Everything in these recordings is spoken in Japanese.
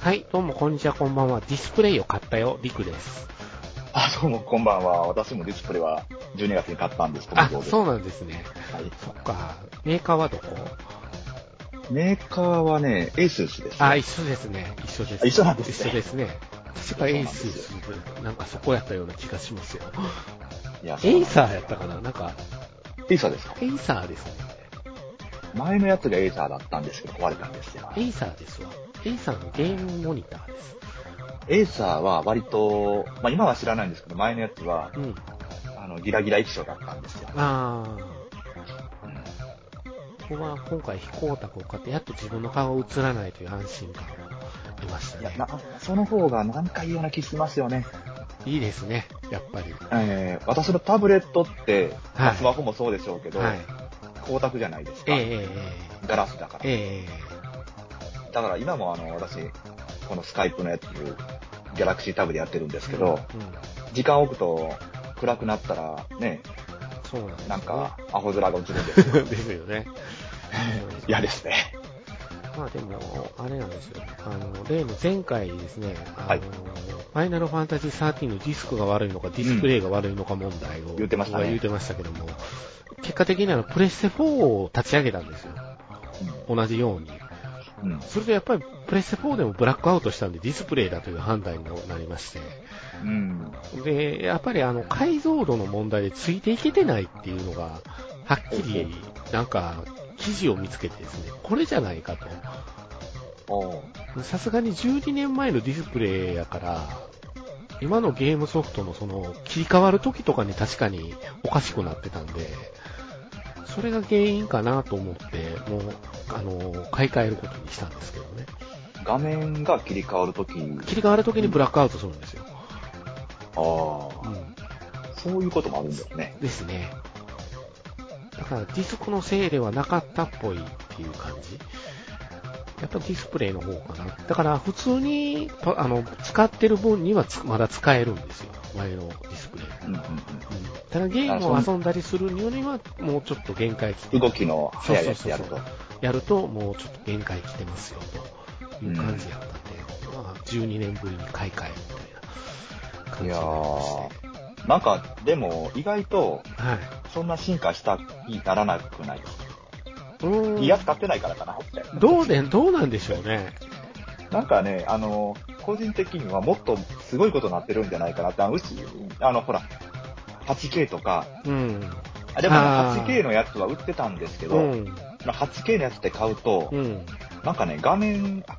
はい、どうも、こんにちは、こんばんは。ディスプレイを買ったよ、リクです。あ、どうも、こんばんは。私もディスプレイは12月に買ったんですけど、あ、どうぞそうなんですね。はいそっか、メーカーはどこメーカーはね、エーススです。あ、一緒ですね。一緒です。一緒なんですね一緒ですね。確かエイスそ、なんかそこやったような気がしますよ。いやそうエなんイですサーやったかななんか、エイサーですかエイサーですね。前のやつがエイサーだったんですけど、壊れたんですよ。エイサーですわ。エイサーのゲームモニターです。エイサーは割と、まあ今は知らないんですけど、前のやつは、うん。あの、ギラギラ液晶だったんですよ。あー。うん僕は今回飛行卓を買って、やっと自分の顔が映らないという安心感を得ましたいやね。なその方が何回ような気しますよね。いいですね、やっぱり。えー、私のタブレットって、まあはいスマホもそうでしょうけど、はい。光沢じゃないですえか。えガラスだから。ええええだから今もあの、私、このスカイプのやつ、ギャラクシータブでやってるんですけど、うんうん時間置くと暗くなったら、ね、そうなんですねなんか、アホ面が映るん ですよ。ですよね。嫌ですね。まあでも、あれなんですよ。あの、例の前回ですね、あの、はいファイナルファンタジー13のディスクが悪いのか、ディスプレイが悪いのか問題を、言ってましたね言ってましたけども、結果的にあの、プレステ4を立ち上げたんですよ。同じように。うん。うんそれでやっぱり、プレステ4でもブラックアウトしたんで、ディスプレイだという判断になりまして。うん。で、やっぱりあの、解像度の問題でついていけてないっていうのが、はっきり、なんか、記事を見つけてですね、これじゃないかおうと。さすがに12年前のディスプレイやから、今のゲームソフトのその、切り替わる時とかに確かにおかしくなってたんで、それが原因かなと思って、もう、あの、買い替えることにしたんですけどね。画面が切り替わるときに、切り替わる時にブラックアウトするんですよ。ああ、そういうこともあるんですね。ですね。だからディスクのせいではなかったっぽいっていう感じ。やっぱディスプレイの方かな。だから普通にパあの使ってる分にはつまだ使えるんですよ。前のディスプレイ。うんうんうん、ただゲームをあ遊そんだりするにはもうちょっと限界来うてん。動きの速いやつやるそうと。やるともうちょっと限界来てますよという感じやったんで、まあ12年ぶりに買い替えみたいな感じになりまして。なんか、でも、意外と、はい。そんな進化した気にならなくないですか。うーんいいやつ買ってないからかなって。どうで、どうなんでしょうね。なんかね、あの、個人的にはもっとすごいことになってるんじゃないかなって、あの、うち、あの、ほら、8K とか、うん。あでもあー 8K のやつは売ってたんですけど、うん。 8K のやつって買うと、うん。なんかね、画面、あ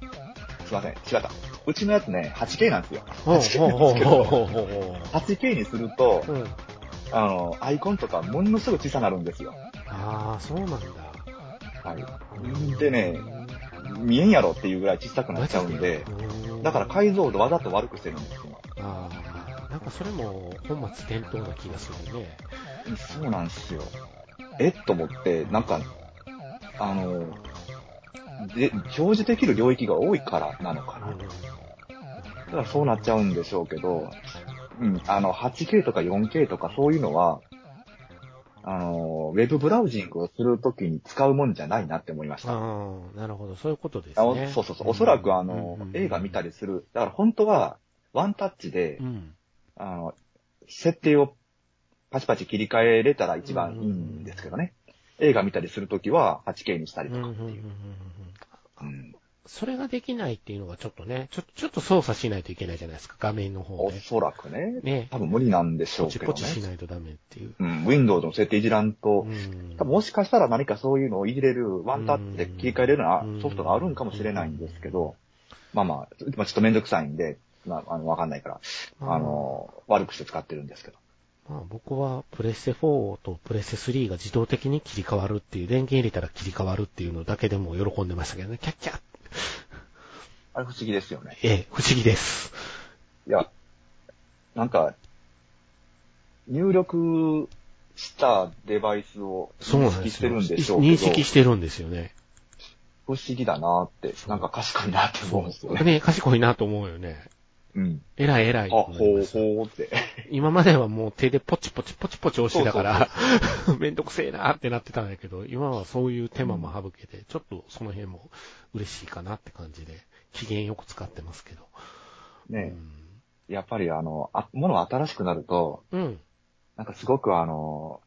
すいません、違った。うちのやつね、8K なんですよ。ほうほうほうほうほう 8K にすると、ほう。うん。あの、アイコンとかものすごく小さくなるんですよ。ああ、そうなんだ。はい。でね、見えんやろっていうぐらい小さくなっちゃうんで、だから解像度わざと悪くしてるんですよ。ら、ああ、なんかそれも本末転倒な気がするね。そうなんですよ。えっと思って、なんか、あの、で、表示できる領域が多いからなのかな。だからそうなっちゃうんでしょうけど、うん、あの、8K とか 4K とかそういうのは、あの、ウェブブラウジングをするときに使うもんじゃないなって思いました。ああ、なるほど、そういうことですあおね。そうそうそう。おそらくあの、映画見たりする。だから本当は、ワンタッチでう、ん。あの、設定をパチパチ切り替えれたら一番いいんですけどね。映画見たりするときは 8K にしたりうんうとんかうっんてうんうんいう。うんそれができないっていうのがちょっとね、ちょちょっと操作しないといけないじゃないですか、画面の方おをね。そらくね。ね。多分無理なんでしょポうチけどポチしね。ないとダメっていう。うん、Windows の設定一覧と、うん多分もしかしたら何かそういうのをいじれる、ワンタッチで切り替えれるよううんなソフトがあるんかもしれないんですけど、まあまあ、まあちょっとめんどくさいんで、まあ、あの、わかんないから、うんあの、悪くして使ってるんですけど。まあ、僕はプレステ4とプレステ3が自動的に切り替わるっていう、電源入れたら切り替わるっていうのだけでも喜んでましたけどね、キャッキャッあれ不思議ですよね。ええ、不思議です。いや、なんか、入力したデバイスをそう認なんで識しすてよ。るんでしょうけど、認識してるんですよね。不思議だなって、なんか賢いなって思うんですよね。ね、賢いなと思うよね。うん。偉い偉あ、いとほ思いうます。ほうって。今まではもう手でポチポチポチポチ押してたから、 めんどくせえなってなってたんだけど、今はそういう手間も省けて、ちょっとその辺も嬉しいかなって感じで、機嫌よく使ってますけど。ねやっぱりあの、あ、ものが新しくなると、うん。うん。なんかすごくあの、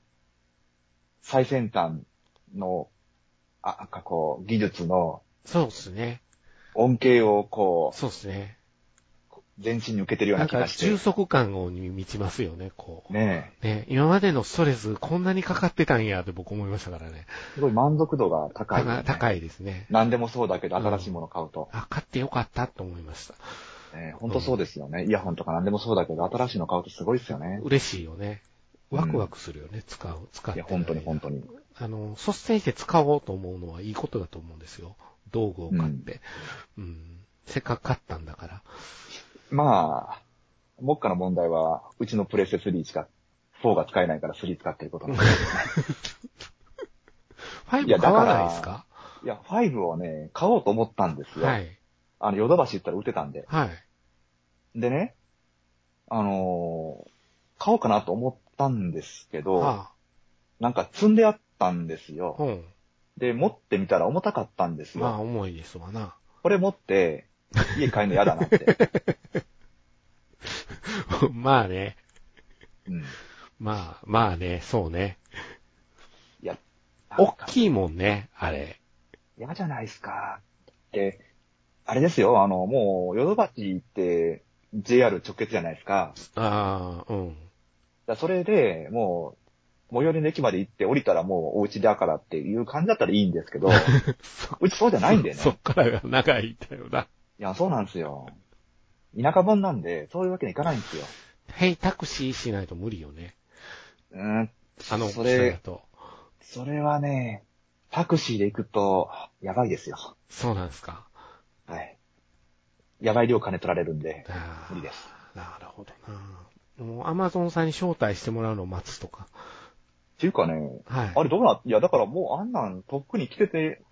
最先端の、あ、なんかこう、技術のそうっすね。恩恵をこそうっすね。う、全身に受けてるようななん気かがして。充足感を満ちますよね、こう。ねね、今までのストレスこんなにかかってたんやって僕思いましたからね。え。すごい満足度が高い、高い。高いですね。何でもそうだけど、新しいもの買うと。あ、買ってよかったと思いました。ねえ、本当そうですよね。イヤホンとか何でもそうだけど、新しいの買うとすごいですよね。嬉しいよね。ワクワクするよね、使う、使っいてや、る間。本当に本当に。あの、率先して使おうと思うのはいいことだと思うんですよ。道具を買って。うん。せっかく買ったんだから。まあ、目下の問題は、うちのプレステ3しか、4が使えないから3使ってることなんで。ファイいブやだ買かわらないですかいや、5をね、買おうと思ったんですよ。はい。あの、ヨドバシ行ったら売ってたんで。はい。でね、あのー買おうかなと思ったんですけど、はなんか積んであったんですあ、よ。うん。で、持ってみたら重たかったんですよ。まあ、重いですわな。これ持って、家帰るの嫌だ なって。まあね。うん。いまあ、まあね、そうね。や、なん大かきいもんね、あれ。嫌じゃないですか。で、あれですよ、あの、もう、ヨドバチって、JR 直結じゃないですか。ああ、うん。だそれで、もう、最寄りの駅まで行って降りたらもうお家だからっていう感じだったらいいんです けど、そうちそうじゃないんでね。そっからが長いんだよな。いや、そうなんですよ。田舎分なんで、そういうわけにいかないんですよ。ヘイタクシーしないと無理よね。うーん、あの、人そだれ、と。それはね、タクシーで行くと、やばいですよ。そうなんですか。はい。やばい量金取られるんで、あー無理です。なるほどな。もう、アマゾンさんに招待してもらうのを待つとか。っていうかね、はい。あれどうな、いや、だからもうあんなん、とっくに来てて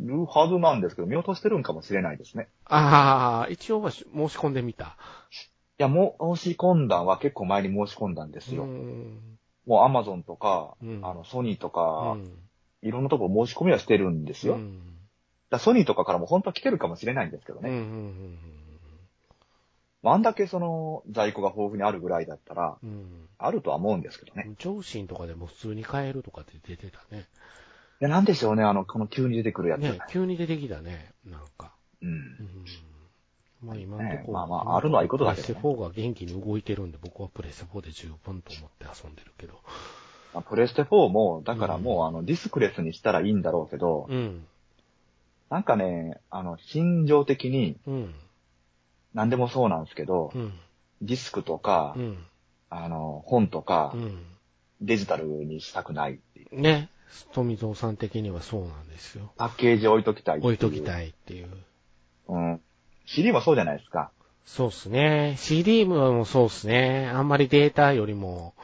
るはずなんですけど、見落としてるんかもしれないですね。ああ、一応はし申し込んでみた。いや、もう申し込んだんは結構前に申し込んだんでうすーよ。ん。もうアマゾンとか、うんあの、ソニーとうか、ん。いろんなとこ申し込みはしてるんですうよ。だかん。らソニーとかからも本当は来てるかもしれないんですけどうんうね。んまああんだけその、在庫が豊富にあるぐらいだったら、うんうん。あるとは思うんですけどうね。ん。上信とかでも普通に買えるとかって出てたね。いや、なんでしょうね、あの、この急に出てくるやつ。ね、急に出てきたね。なんか。う。うんん。まあ今のとねころ、まあまああるのはいいことだけどねプレステ4が元気に動いてるんで、僕はプレステ4で十分と思って遊んでるけど。まあプレステ4も、だからもう、あの、ディスクレスにしたらいいんだろうけど、うん。なんかね、あの、心情的に、うん。何でもそうなんですけどう、ん。ディスクとかう、ん。あの、本とかう、ん。デジタルにしたくないっていう。ね。富蔵さん的にはそうなんですよ。パッケージ置いときたいっていう。置いときたいっていう。うん。CD もそうじゃないですか。そうっすね。CD もそうっすね。あんまりデータよりも、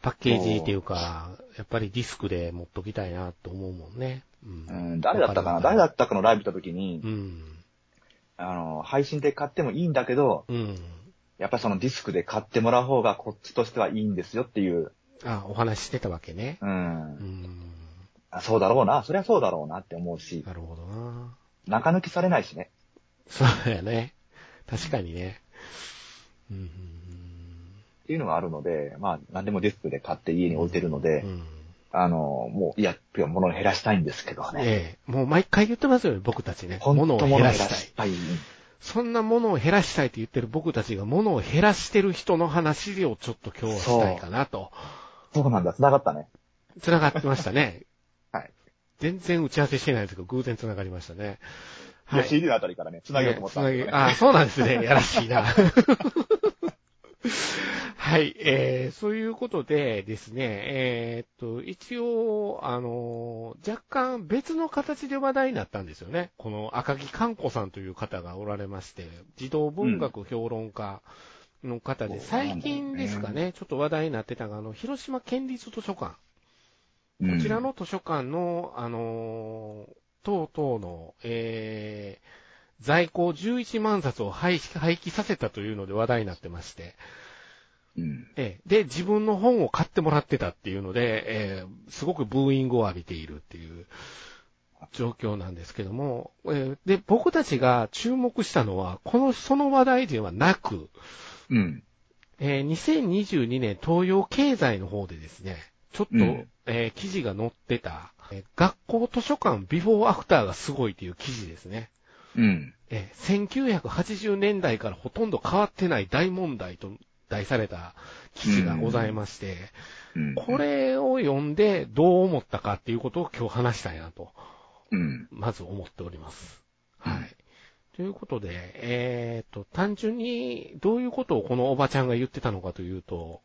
パッケージっていうか、やっぱりディスクで持っときたいなと思うもんね。う。うんん、誰だったかな誰だったかのライブ行った時にう、ん。あの、配信で買ってもいいんだけど、うん。やっぱりそのディスクで買ってもらう方がこっちとしてはいいんですよっていう、あ、お話ししてたわけね。う。うんん。あそうだろうな。そりゃそうだろうなって思うし、なるほどな。中抜きされないしね。そうやね。確かにね。うん。っていうのがあるので、まあ、何でもディスクで買って家に置いてるのうで、ん。あの、もう、いや、てか物を減らしたいんですけどね。ええ。もう毎回言ってますよね、僕たちね。本当物を物を減ら減らししたい。たい。そんなものを減らしたいって言ってる僕たちが、ものを減らしてる人の話をちょっと今日はしたいかなと。そうなんだ、繋がったね。繋がってましたね。 はい。全然打ち合わせしてないんですけど、偶然繋がりましたね。いや、CD のあたりからね、繋げようと思ったんだけどねねつなげあ、そうなんですね。やらしい な。はい、えー、そういうことでですね、えーっと、一応、あのー若干別の形で話題になったんですよね。この赤木寛子さんという方がおられまして、児童文学評論家の方で、うん最近ですかね、ちょっと話題になってたのが、あの、広島県立図書館。うんこちらの図書館の、あのー、等々の、えー在庫11万冊を廃棄廃棄させたというので話題になってまして、うん。ええで、自分の本を買ってもらってたっていうので、ええすごくブーイングを浴びているっていう状況なんですけども、ええで、僕たちが注目したのは、この、その話題ではなく、うん。えー2022年東洋経済の方でですね、ちょっと、うんえー記事が載ってた、えー学校図書館ビフォーアフターがすごいという記事ですね。うん。えー1980年代からほとんど変わってない大問題と題された記事がございまして、うん。これを読んでどう思ったかっていうことを今日話したいなと、うん。まず思っております。うんはい。ということで、えー、と、単純に、どういうことをこのおばちゃんが言ってたのかというと、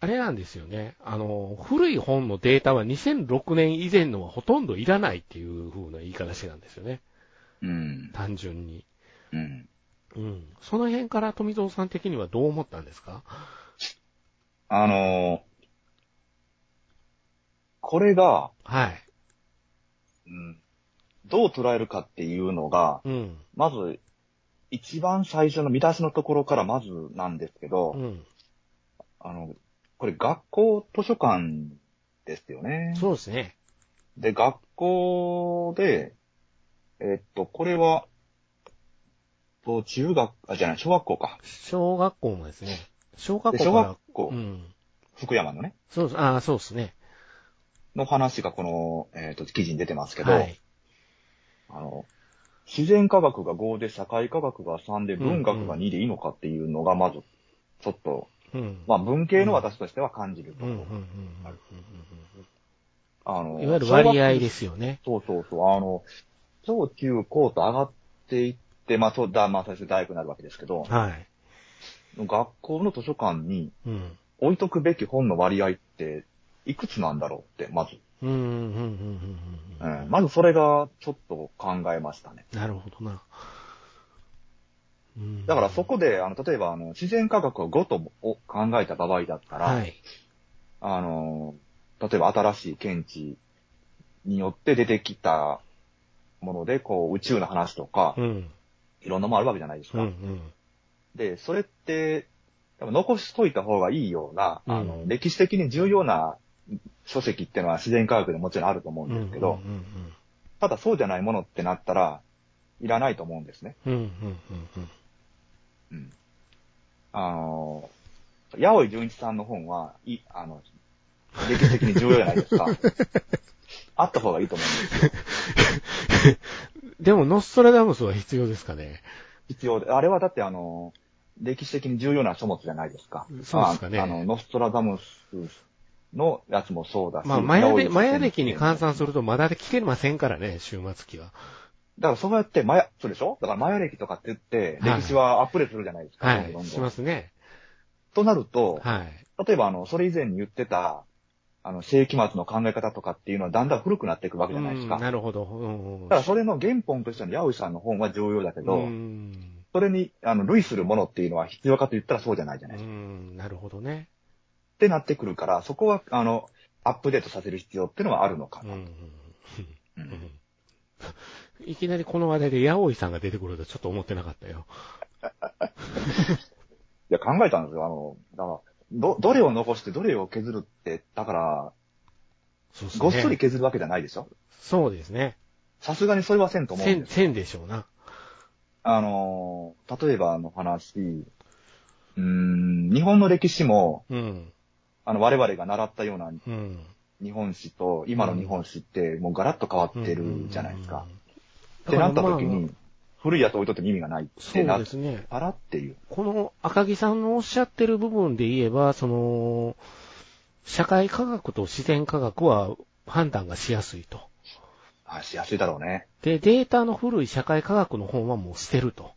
あれなんですよね。あの、古い本のデータは2006年以前のはほとんどいらないっていう風な言い方してたんですよね。うん。単純に。うん。うん。その辺から富蔵さん的にはどう思ったんですかあのーこれが、はい。うん、どう捉えるかっていうのが、うん。まず、一番最初の見出しのところからまずなんですけど、うん。あの、これ学校図書館ですよね。そうですね。で、学校で、えっと、これは、と中学、あ、じゃない、小学校か。小学校もですね。小学で校小から学。校、うん。福山のね、そうです。ああ、そうですね。の話がこの、えっと、記事に出てますけど、はい。あの、自然科学が5で、社会科学が3で、うん文学が2でいいのかっていうのが、まず、ちょっと、うん。まあ、文系の私としては感じるとこうんうんうんろ。うんあうんうのん、いわゆる割合すですよね。そうそうそう。あの、小中高と上がっていって、まあ、そうだ、まあ、最初大学になるわけですけど、はい。学校の図書館にうん。置いとくべき本の割合って、いくつなんだろうって、まず。うん、うん、うん、う。うんん、まずそれが、ちょっと考えましたね。なるほどな。うんだからそこで、あの、例えば、あの、自然科学を5ともを考えた場合だったら、はい。あの、例えば新しい見地によって出てきたもので、こう、宇宙の話とかう、ん。いろんなもんあるわけじゃないですうか。ん、うん。で、それって、多分残しといた方がいいような、あのう、ん歴史的に重要な書籍っていうのは自然科学でもちろんあると思うんですけど、うん、ただそうじゃないものってなったら、いらないと思うんですね。うん、うん。うん、うん、うん。うん。あの、八尾純一さんの本は、い、あの、歴史的に重要じゃな いですか。あった方がいいと思うんです。でも、ノストラダムスは必要ですかね。必要で。あれはだってあの、歴史的に重要な書物じゃないですか。そうですかねああの、ノストラダムスのやつもそうだし。まあ、マヤ八で、百マヤ万歴に換算するとまだ来てませんからね、終末期は。だからそうやって、マヤ、そうでしょだからマヤ歴とかって言って、はい歴史はアップデートするじゃないですか。はどんどんい。どんしますね。となると、はい。例えばあの、それ以前に言ってた、あの、世紀末の考え方とかっていうのはだんだん古くなっていくわけじゃないですか。うんだなるほど。うん、うん。からそれの原本としてのヤウさんの本は重要だけど、うん。それに、あの、類するものっていうのは必要かと言ったらそうじゃないじゃなういですか。ん、なるほどね。ってなってくるから、そこは、あの、アップデートさせる必要っていうのはあるのかうんな。ううんんうん。いきなりこの話題で、ヤオイさんが出てくるとはちょっと思ってなかったよ。いや、考えたんですよ。あの、だから、ど、どれを残してどれを削るって、だから、そうですね。ごっそり削るわけじゃないでしょそうですね。さすがにそれはせんと思うん千、です。千でしょうな。あのー、例えばの話、うーん、日本の歴史も、うん。あの、我々が習ったようなうん。日本史と、今の日本史って、もうガラッと変わってるじゃないですか。っうん。てなっだた時からまに、古いやつ置いとっても意味がないあってなそうっですね。たらっていう。この赤木さんのおっしゃってる部分で言えば、その、社会科学と自然科学は判断がしやすいと。あ、しやすいだろうね。で、データの古い社会科学の本はもう捨てると。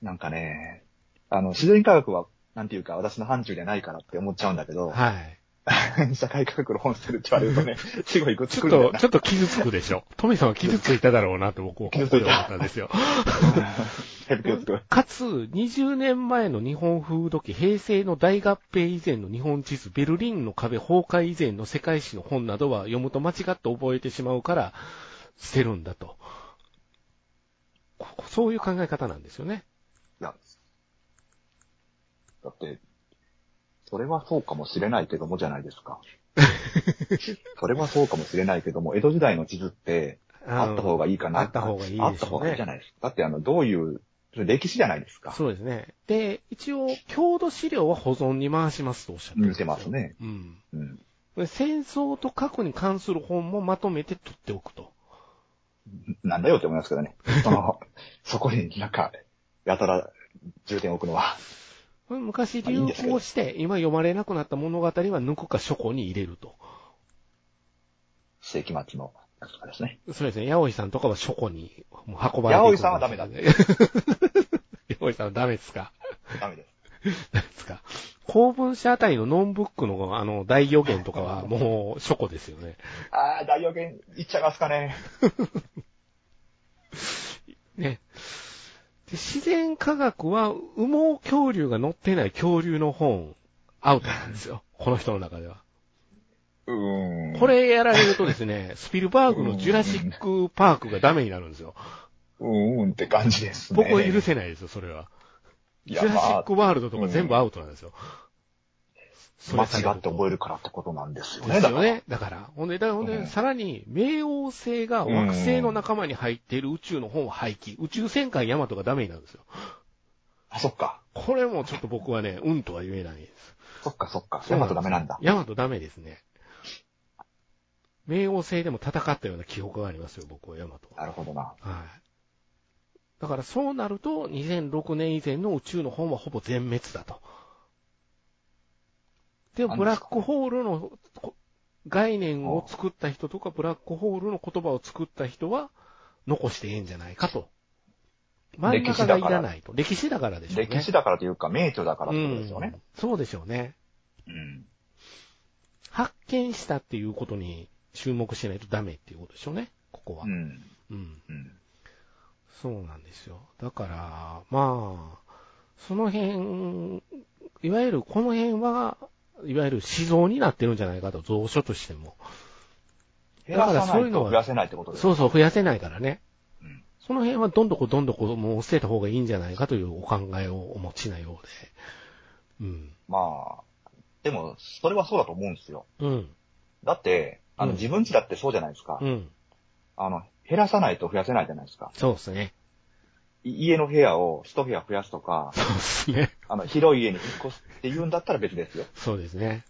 なんかね、あの、自然科学は、なんていうか、私の範疇じゃないからって思っちゃうんだけど、はい。 社会科学の本捨てるって言われるとね、すごいグッ ちとょくっるんだよと、なちょっと傷つくでしょ。 トミさんは傷ついただろうなって 僕はここで思ったんですよ。 ヘルプグッドかつ、20年前の日本風土期、平成の大合併以前の日本地図、ベルリンの壁崩壊以前の世界史の本などは読むと間違って覚えてしまうから、捨てるんだと。そういう考え方なんですよね。いや、だって、それはそうかもしれないけどもじゃないです か。それはそうかもしれないけども、江戸時代の地図って、あった方がいいかな。あった方がいいですよねあった方がいいじゃないですか。だって、あの、どういう、それ歴史じゃないですか。そうですね。で、一応、郷土資料は保存に回しますとおっしゃって見てます。ね。うん。うん。で戦争と過去に関する本もまとめて取っておくと。なんだよって思いますけどね。そ の、そこになんか、やたら重点を置くのは。これ昔流行して、今読まれなくなった物語は抜くか書庫に入れると。世紀末の、なんとかですね。そうですね。八尾さんとかは書庫にもう運ばれていく八尾さんはダメだって。 八尾さんはダメですかダメです。ダメですか公文社あたりのノンブックのあの、大予言とかはもう書庫ですよね。あー、大予言、いっちゃいますかね。ね。で自然科学は羽毛恐竜が載ってない恐竜の本、アウトなんですよ。この人の中では。うーん。こ、れやられるとですね、スピルバーグのジュラシックパークがダメになるんですよ。うーんって感じですね。僕は許せないですよ、それは。いジや、ュラシッまクワールドとか全部アウトなんですよ。あ、間違って覚えるるからってことなんですよでね。すだよからね。だから、ほんで、だからほんうで、んさらに、冥王星が惑星の仲間に入っている宇宙の本を廃棄。宇宙戦艦ヤマトがダメになるんですよ。あ、そっか。これもちょっと僕はね、うんとは言えないです。そっかそっか。ヤマトダメなんだ。ヤマトダメですね。冥王星でも戦ったような記憶がありますよ、僕はヤマトは。なるほどな。はい。だからそうなると、2006年以前の宇宙の本はほぼ全滅だと。で、なんですかブラックホールのこ概念を作った人とか、ブラックホールの言葉を作った人は残してええんじゃないかと。真ん中がいらないと。歴史だからでしょうね。歴史だからというか、名著だからってことですよねう。ん。そうでしょうね。うん。発見したっていうことに注目しないとダメっていうことでしょうね。ここは。うん。うんうん。そうなんですよ。だから、まあ、その辺、いわゆるこの辺は、いわゆる死蔵になってるんじゃないかと、蔵書としても。減らだからさそうないういのとは増やせないってことですそうそう、増やせないからね。うんその辺はどんどこどんどこもう捨てた方がいいんじゃないかというお考えをお持ちなようで。うん。まあ、でも、それはそうだと思うんですよ。うん。だって、あの、うん自分ちだってそうじゃないですか。うん。あの、減らさないと増やせないじゃないですか。そうですね。い家の部屋を一部屋増やすとか、そうですね。あの、広い家に引っ越すって言うんだったら別ですよ。そうですね。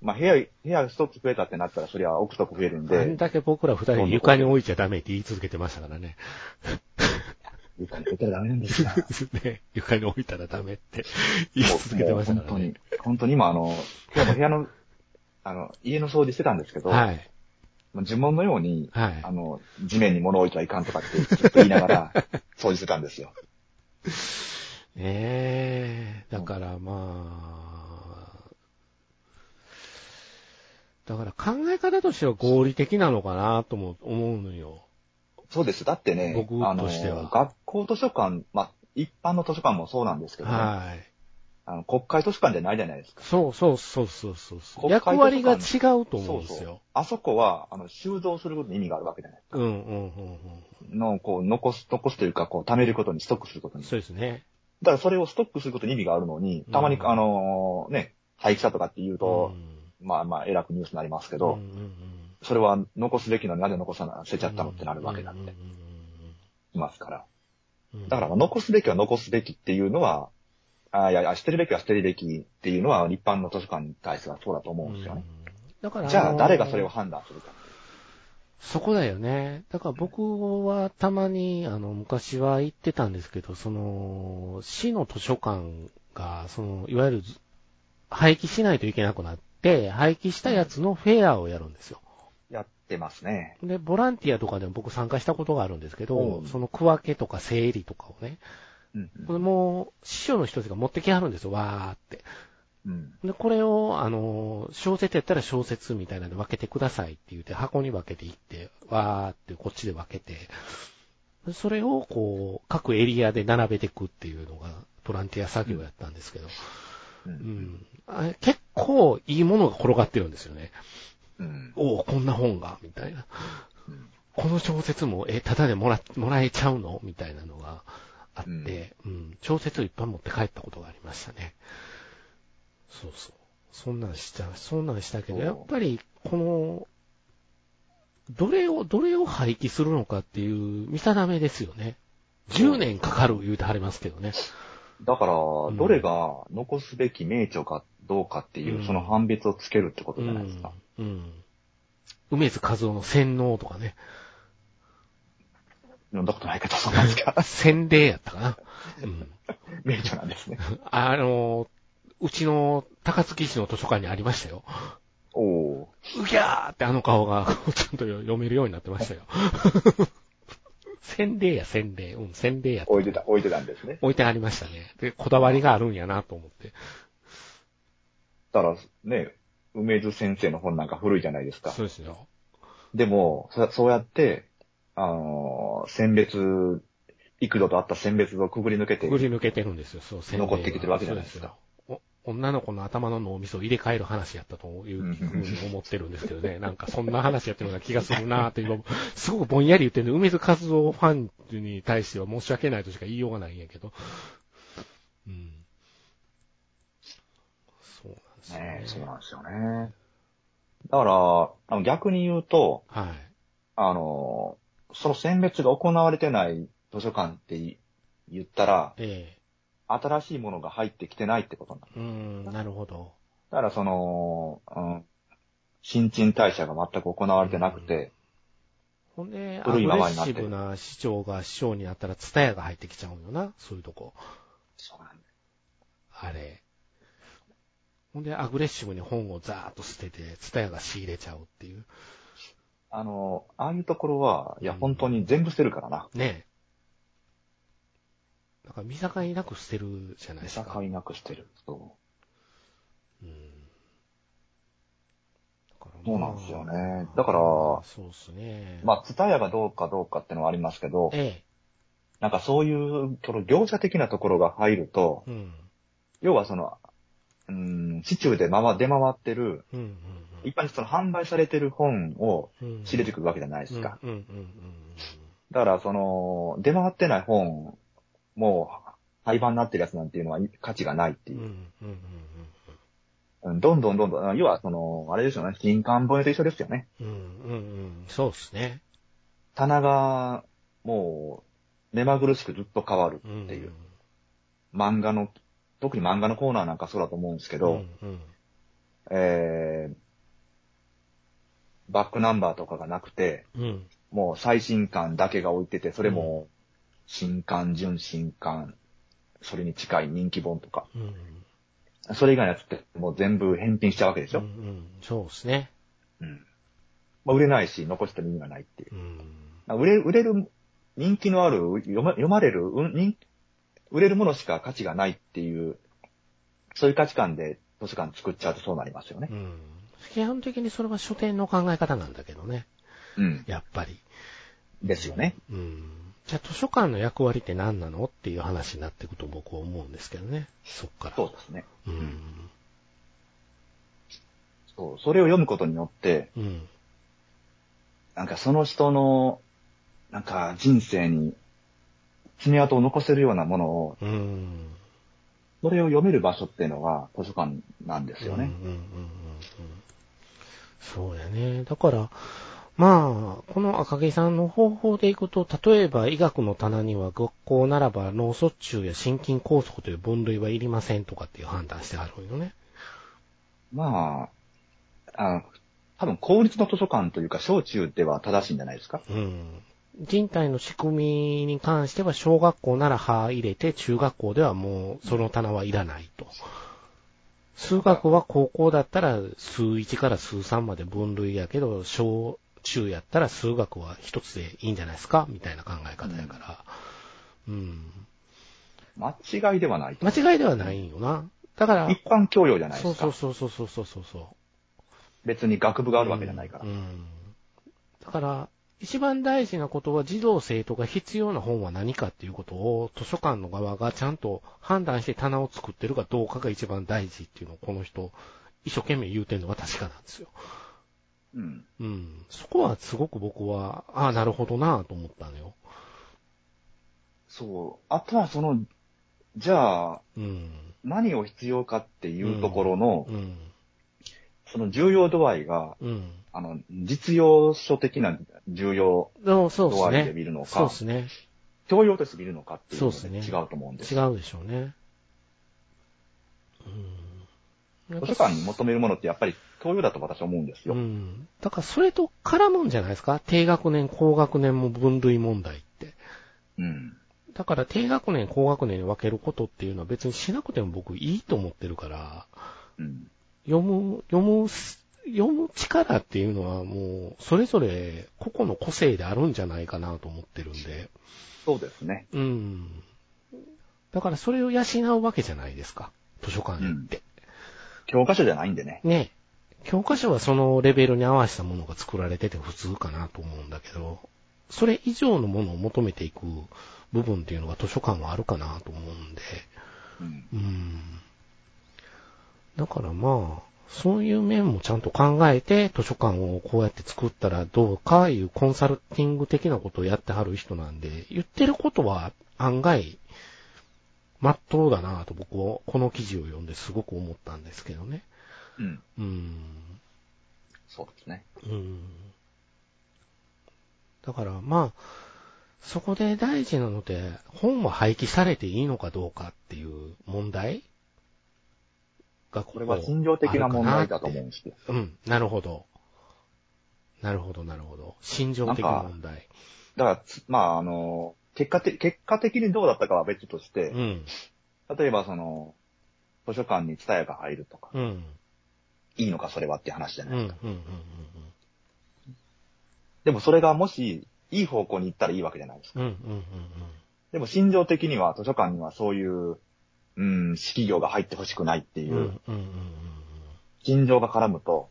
まあ、部屋、部屋一つ増えたってなったら、そりゃ奥底増えるんあんで、だけ僕ら二人床に置いちゃダメって言い続けてましたからね。 床に置いたらダメなんですよ。ね床に置いたらダメって言い続けてもうました本か当らねに。、本当に今あの、今日も部屋の、あの、家の掃除してたんですけど、はい。もう呪文のように、はいあの、地面に物置いてはいかんとかってずっと言いなが ら掃除してたんですよ。ねえ、だからまあ、だから考え方としては合理的なのかなとも思うのよ。そうです。だってね、僕あの、としては学校図書館、まあ、一般の図書館もそうなんですけどね、はい。あの国会図書館じゃないじゃないですか。そうそうそうそうそうそう。国会図役書割館が違うと思うんですよ。あそこは、あの、収蔵することに意味があるわけじゃない。うんうんうんの、こう、残す、残すというか、こう、貯めることに、ストックすることうん。に。そうですね。だからそれをストックすることに意味があるのに、たまにう、んあのーね、廃棄したとかって言うとう、んまあまあ、えらくニュースになりますけうどん、うんうんそれは残すべきのになぜ残さな、せちゃったのってなるわけだっうんうんて、いますから。うんうんだから、残すべきは残すべきっていうのは、あいやいや、捨てるべきは捨てるべきっていうのは、一般の図書館に対してはそうだと思うんですよね。うんだから、じゃあ、誰がそれをを判断するか。そこだよね。だから僕はたまに、あの、昔は行ってたんですけど、その、市の図書館が、その、いわゆるず、廃棄しないといけなくなって、廃棄したやつのフェアをやるんですよ。やってますね。で、ボランティアとかでも僕参加したことがあるんですけど、うんその区分けとか整理とかをね、うん。これもう、師匠の人たちが持ってきはるんですよ、わーって。うん。で、これを、あの、小説やったら小説みたいなので分けてくださいって言って、箱に分けていって、わーってこっちで分けて、でそれをこう、各エリアで並べていくっていうのが、ボランティア作業やったんですけど、う。うんん。あれ結構いいものが転がってるんですよね。うん。おお、こんな本が、みたいなうん。この小説も、え、ただでもら、もらえちゃうのみたいなのが、あって、うん、小説をいっぱい持って帰ったことがありましたね。そうそう。そんなんした、そんなんしたけど、そうやっぱり、この、どれを、どれを廃棄するのかっていう見定めですよね。10年かかる言うてはりますけどね。だから、んどれが残すべき名著かどうかっていう、うんその判別をつけるってことうじゃないですんか。。うん。梅津和夫の洗脳とかね。読んだことないけど、そうなんですか。洗礼やったかな。うん。名著なんですね。あの、うちの高槻市の図書館にありましたよ。おおうぎゃーってあの顔が、 ちゃんと読めるようになってましたよ。 洗礼や、洗礼。うん、洗礼やっー、置いてた、置いてたんですね。置いてありましたね。で、こだわりがあるんやなと思って。だから、ね、梅津先生の本なんか古いじゃないですか。そうですよ。でも、そそうやって、あのー、選別、幾度とあった選別をくぐり抜けて、振り抜けてるんですよ、そう、洗礼は残ってきてるわけじゃないですか。そうですよお女の子の頭の脳みそを入れ替える話やったというふうに思ってるんですけど ね。なんかそんな話やってるような気がするなぁと今、すごくぼんやり言ってるんで、梅津和夫ファンに対しては申し訳ないとしか言いようがないんやけど。うん。そうなんねで、すそようね。なんですよね。だから、あの逆に言うと、はい。あのー、その選別が行われてない図書館ってい言ったら、え新しいものが入ってきてないってことなの。えうん、なるほど。だからその、うん、新陳代謝が全く行われてなくて、ほんで、アグ古いレままッになってシるブな市長が市長になったら、ツタヤが入ってきちゃうんよな、そういうとこ。そうなんだあれ。ほんで、アグレッシブに本をザーッと捨てて、ツタヤが仕入れちゃうっていう。あのー、ああいうところは、いや、うん本当に全部捨てるからな。ねえ。なんか見境なく捨てるじゃないです社か。会なくしてる。そうん。だからまあそうなんですよねだからそうですねう。。まあ、ツタヤがどうかどうかってのはありますけど、えなんかそういう、この業者的なところが入ると、え。うん。要はその、うん、市中でまま出回ってる、うんうん一般にその販売されてる本をうん。うん。仕入れてくるわけじゃないでうんすか。うんうんうんうん。だから、その、出回ってない本、もう、廃盤になってるやつなんていうのは価値がないってういんうんう。うんうん、どんどんどんどん、要はその、あれですよね、新刊本屋と一緒ですよね。うん。うんうんうん。そうですね。棚が、もう、目まぐるしくずっと変わるってうん。いう。漫画の、特に漫画のコーナーなんかそうだと思うんですけうど、んうん。えー、バックナンバーとかがなくて、うん。もう最新刊だけが置いてて、それも、新刊、準新刊、それに近い人気本とか、うん。それ以外のやつってもう全部返品しちゃうわけでしうんうょ、ん。そうですね。うんまあ、売れないし、残しても意味がないっていう。うん。まあ売れ売れる、人気のある、読ま読まれる、うん人売れるものしか価値がないっていう、そういう価値観で図書館作っちゃうとそうなりますよねう。ん。基本的にそれは書店の考え方なんだけどね。うん。やっぱり。ですよね。うん。じゃあ図書館の役割って何なのっていう話になっていくと僕は思うんですけどね。そっから。そうですね。うん。そう。それを読むことによって、うん。なんかその人の、なんか人生に爪痕を残せるようなものを、うん。それを読める場所っていうのが図書館なんですよね。うんうんうんうんうん。そうやね。だから、まあ、この赤木さんの方法でいくと、例えば医学の棚には学校ならば脳卒中や心筋梗塞という分類はいりませんとかっていう判断してあるよね。まあ、あの、多分公立の図書館というか、小中では正しいんじゃないですか。うん。人体の仕組みに関しては、小学校なら歯入れて、中学校ではもうその棚はいらないと。数学は高校だったら数1から数3まで分類やけど、小中やったら数学は一つでいいんじゃないですかみたいな考え方やから。うん。間違いではない。間違いではないんよな。だから、一般教養じゃないでそうすか。そうそうそうそうそうそうそう。別に学部があるわけじゃないから。うんうんだから、一番大事なことは児童生徒が必要な本は何かっていうことを図書館の側がちゃんと判断して棚を作ってるかどうかが一番大事っていうのをこの人、一生懸命言うてるのは確かなんですよ。うん。うん。そこはすごく僕は、ああ、なるほどなぁと思ったのよ。そう。あとはその、じゃあ、うん。何を必要かっていうところの、うん。その重要度合いが、うん。あの、実用書的な重要でもそう度合いでですね。見るのそうか、ですね。教養として見るのかっていうのそうでで違すうねと思うんです。違うでしょうね。うん。やっぱ図書館に求めるものってやっぱり教養だと私は思うんですよ。うん。だからそれと絡むんじゃないですか低学年、高学年も分類問題って。うん。だから低学年、高学年に分けることっていうのは別にしなくても僕いいと思ってるから、うん。読む、読むす、読む力っていうのはもう、それぞれ個々の個性であるんじゃないかなと思ってるんで。そうですね。うん。だからそれを養うわけじゃないですか。図書館って。教科書じゃないんでね。ね教科書はそのレベルに合わせたものが作られてて普通かなと思うんだけど、それ以上のものを求めていく部分っていうのが図書館はあるかなと思うんで。うん。うん。だからまあ、そういう面もちゃんと考えて、図書館をこうやって作ったらどうかいうコンサルティング的なことをやってはる人なんで、言ってることは案外、まっとうだなぁと僕はこの記事を読んですごく思ったんですけどね。うん。うん。そうですね。うん。だからまあ、そこで大事なので、本は廃棄されていいのかどうかっていう問題がここれは心情的な問題だと思うんですけど。うん、なるほど。なるほど、なるほど。心情的な問題。だからつ、まあ、あの、結果的、結果的にどうだったかは別として、うん、例えばその、図書館に伝えが入るとか、うん、いいのかそれはって話じゃう、なんい。うん、うん、うん。でもそれがもし、いい方向に行ったらいいわけじゃないですか。うん、うん、うん。でも心情的には図書館にはそういう、うん、企業が入ってほしくないっていうん、うん、うん。うん、う、心情が絡むと、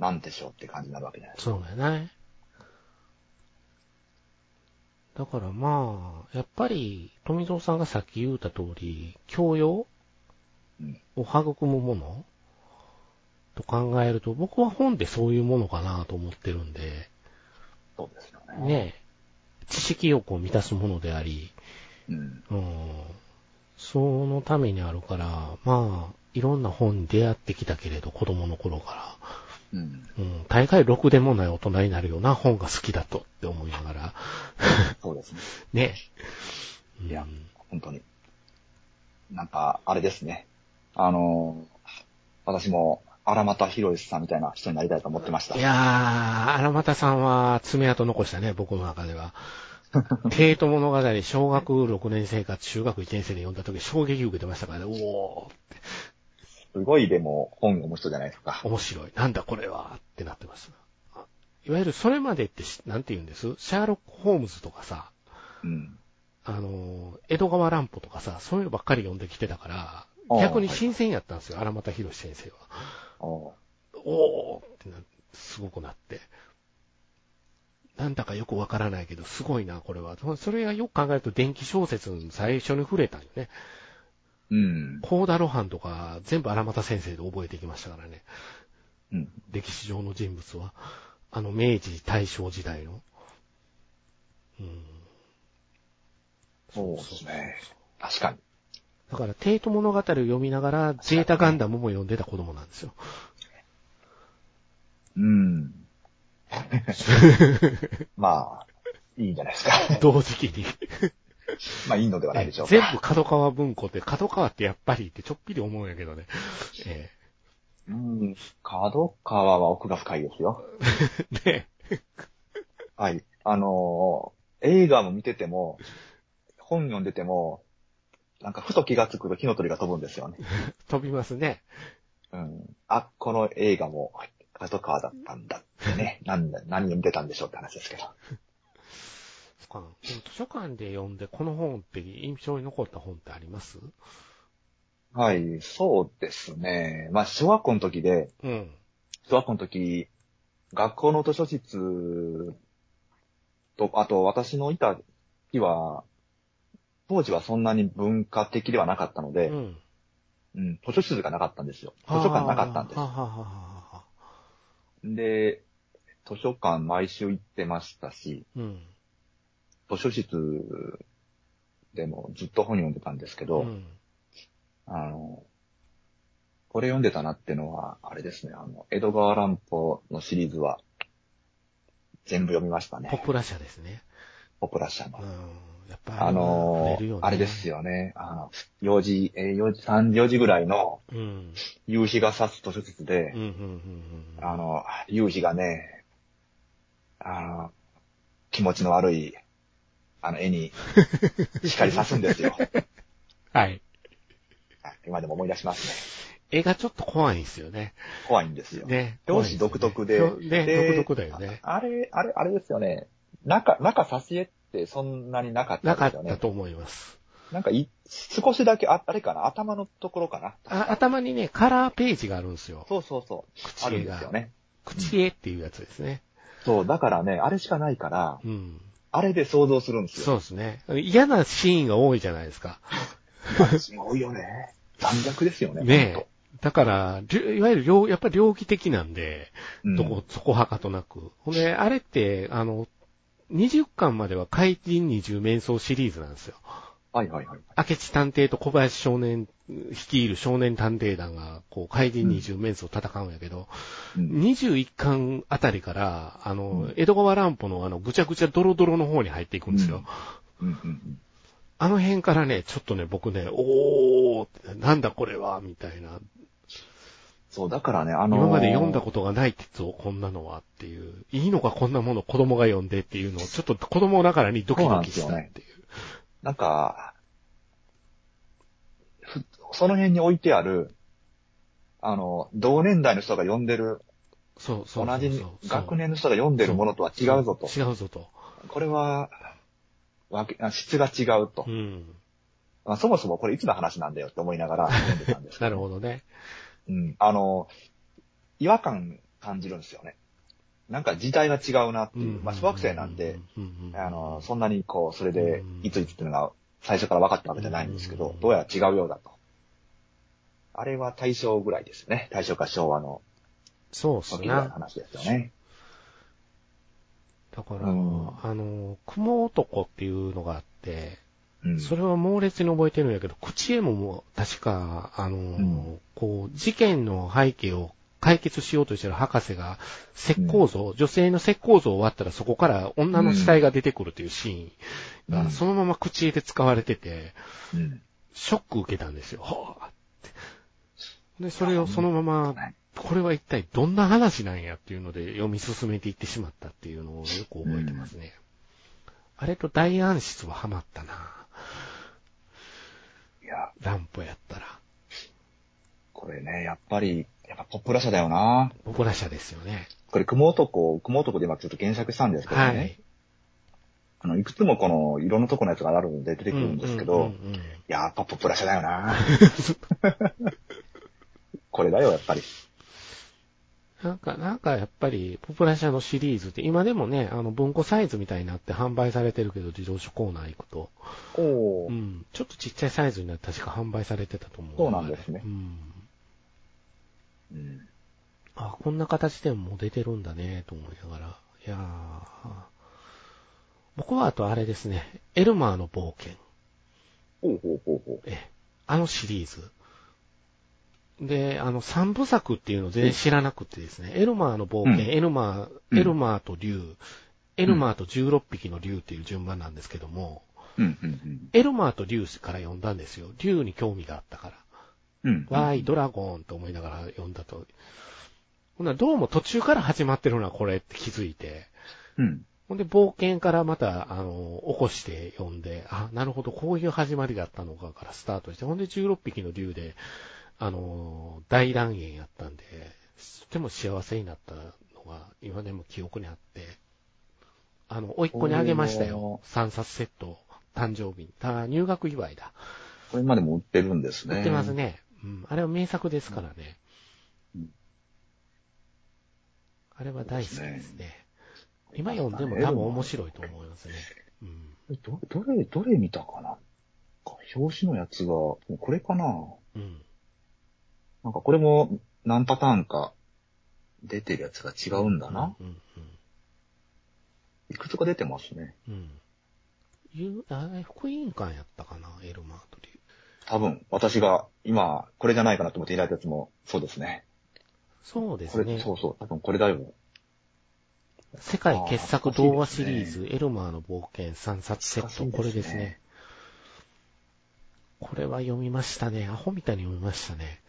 なんでしょうって感じになるわけじゃないですそうだね。だからまあ、やっぱり、富蔵さんがさっき言うた通り、教養うんを育むものと考えると、僕は本でそういうものかなと思ってるんで、か。そうですよね。ねえ、知識欲を満たすものであり、うん。うん、そのためにあるから、まあ、いろんな本に出会ってきたけれど、子供の頃かうん。ら、うん、大概ろくでもない大人になるような本が好きだとって思いながら、そうですね。ね。いやうん本当に。なんか、あれですね。あのー、私も、荒俣博さんみたいな人になりたいと思ってましたい。やー、荒俣さんは爪痕残したね、僕の中では。帝都物語、小学6年生か中学1年生で読んだ時衝撃受けてましたからね、おー、すごいでも、本を読む人じゃないですか。面白い。なんだこれはってなってます。いわゆるそれまでってし、なんて言うんですシャーロック・ホームズとかさ、うん。あの、江戸川乱歩とかさ、そういうのばっかり読んできてたから、ああ逆に新鮮やったんですよ、荒俣博先生は。おうおーってな、すごくなって。なんだかよくわからないけど、すごいな、これは。それがよく考えると、電気小説の最初に触れたんよね。うん。コーダ・ロハンとか、全部荒俣先生で覚えてきましたからね。うん。歴史上の人物は、あの明治、大正時代の。うん。そうですね。確かに。だから、帝都物語を読みながら、ゼータガンダムも読んでた子供なんですよ。うん。 まあ、いいんじゃないですか。同時期に。まあ、いいのではないでしょう全か。部角川文庫って、角川ってやっぱりってちょっぴり思うんやけど ね。えうん。角川は奥が深いですよ。えねはい。あのー映画も見てても、本読んでても、なんかふと気がつくと火の鳥が飛ぶんですよね。飛びますね。うん。あ、この映画も、角川だったんだってね。なんだ、何を見てたんでしょうって話ですけど。図書館でも図書館で読んで、この本って印象に残った本ってありますはい、そうですね。まあ、小学校の時で、うん。小学校の時、学校の図書室と、あと私のいた日は、当時はそんなに文化的ではなかったのうで、うん、ん。図書室がなかったんですよ。図書館なかったんですは。はははは。で、図書館毎週行ってましたし、うん。図書室でもずっと本読んでたんですけど、うんあの、これ読んでたなってのは、あれですね、あの、江戸川乱歩のシリーズは、全部読みましたポね。プラ社ですね。ポプラ社うのん。。やっぱり、あの触れるよねあれです。よね、あの、4時、えー4時、3、4時ぐらいのうん。夕日が差す図書室でうん、うん、うん。あ、の、夕日がね、あの、気持ちの悪い、あの、絵 に、光差すんですよ。はい。あ今でも思い出します絵がちょっと怖いんですよね。ね。怖いんですよ。ね。表紙独特で。そうね、で独特だよね。ああれ、あれ、あれですよね。中、中挿絵ってそんなになかっなたかでっすよたね。と思います。なんかい、少しだけ、ああれかな頭のところかなあ頭にね、カラーページがあるんですよ。そうそうそう。あ口る絵んですよが。ね。口絵っていうやつですね。そう、だからね、あれしかないから、うん。あれで想像するんですよ。そうですね。嫌なシーンが多いじゃないですか。すごいよね。残虐ですよね。ねほんとえ。だから、りゅいわゆる両、やっぱり両義的なんで、うんどこ、そこはかとなく。ほんで、あれって、あの、20巻までは怪人20面相シリーズなんですよ。はいはいはい。明智探偵と小林少年、率いる少年探偵団が、こう、怪人20面相戦うんやけど、うん21巻あたりから、あのうん、江戸川乱歩のあの、ぐちゃぐちゃドロドロの方に入っていくんですよ。うんうんうんあの辺からね、ちょっとね、僕ね、おーって、なんだこれは、みたいな。そう、だからね、あのー今まで読んだことがない鉄をこんなのはっていう、いいのかこんなもの子供が読んでっていうのを、ちょっと子供ながらにドキドキしたっていう。なんか、ふその辺に置いてある、あの、同年代の人が読んでる、そうそうそう同じそう学年の人が読んでるものとは違うぞと。違うぞと。これは、わけあ質が違うとう。ん。まあそもそもこれいつの話なんだよって思いながら読んでたん ですけなるほどね。うん。あの、違和感感じるんですよね。なんか時代が違うなっていう。まあ小学生なんで、うんうんうん、あの、そんなにこう、それでうん、いついつっていうのが最初から分かったわけじゃないんですけうどん、どうやら違うようだと。あれは大正ぐらいですね。大正か昭和のそうっす時ぐらいのな。話ですよね。だから、うんあの、雲男っていうのがあって、うん。それは猛烈に覚えてるんやけど、口絵ももう確か、あの、んこう、事件の背景を解決しようとしてる博士が、石膏像、女性の石膏像を割ったらそこから女の死体が出てくるというシーンが、うんそのまま口絵で使われてて、うん。ショック受けたんですよ。はぁって。で、それをそのまま、これは一体どんな話なんやっていうので読み進めていってしまったっていうのをよく覚えてますね。あれと大暗室はハマったな。いや、ランプやったら。これね、やっぱり、やっぱポップラ社だよな。ポプラ社ですよね。これ、雲男、雲男で今ちょっと検索したんですけどね。はい。あの、いくつもこの色のとこのやつがあるんで出てくるんですけど、うんうんうんうんやっぱポップラ社だ よな。これだよ、やっぱり。なんか、なんかやっぱり、ポプラ社のシリーズって、今でもね、あの、文庫サイズみたいになって販売されてるけど、自動車コーナー行くと、おお、うん、ちょっとちっちゃいサイズになって確か販売されてたと思う。そうなんですねうん。うんあ、こんな形でも出てるんだね、と思いながら。いやー僕はあとあれですね、エルマーの冒険。ほうほうほうほう。ええ、あのシリーズ。で、あの、三部作っていうのを全然知らなくてですね、エルマーの冒険、うんエルマうんー、エルマーと竜、エルマーと16匹の竜っていう順番なんですけども、うん、うん、エルマーと竜から読んだんですよ。竜に興味があったから。うん。うん。わーい、ドラゴンと思いながら読んだと。ほんならどうも途中から始まってるな、これって気づいて。うん。ほんで、冒険からまた、あの、起こして読んで、あ、なるほど、こういう始まりだったのかからスタートして、ほんで16匹の竜で、あの、大乱炎やったんで、とても幸せになったのが、今でも記憶にあって、あの、甥っ子にあげましたよお。 3冊セットを、誕生日に。た入学祝いだ。これまでも売ってるんですね。売ってます。ね。うん、あれは名作ですからね。うんあれは大好きですそうね。です今読んでも多分面白いと思いますね。うん。ど、どれ、どれ見たかな表紙のやつが、もうこれかなうん。なんかこれも何パターンか出てるやつが違うんだな。うん。うんいくつか出てますね。うん。ゆあれ副委員会やったかな、エルマーという。多分、私が今、これじゃないかなと思っていただいたやつも、そうですね。そうでこすれ、ね。そうそう、多分これだよ。世界傑作童話シリーズ、エルマーの冒険3冊セット、これですね。これは読みましたね。アホみたいに読みましたね。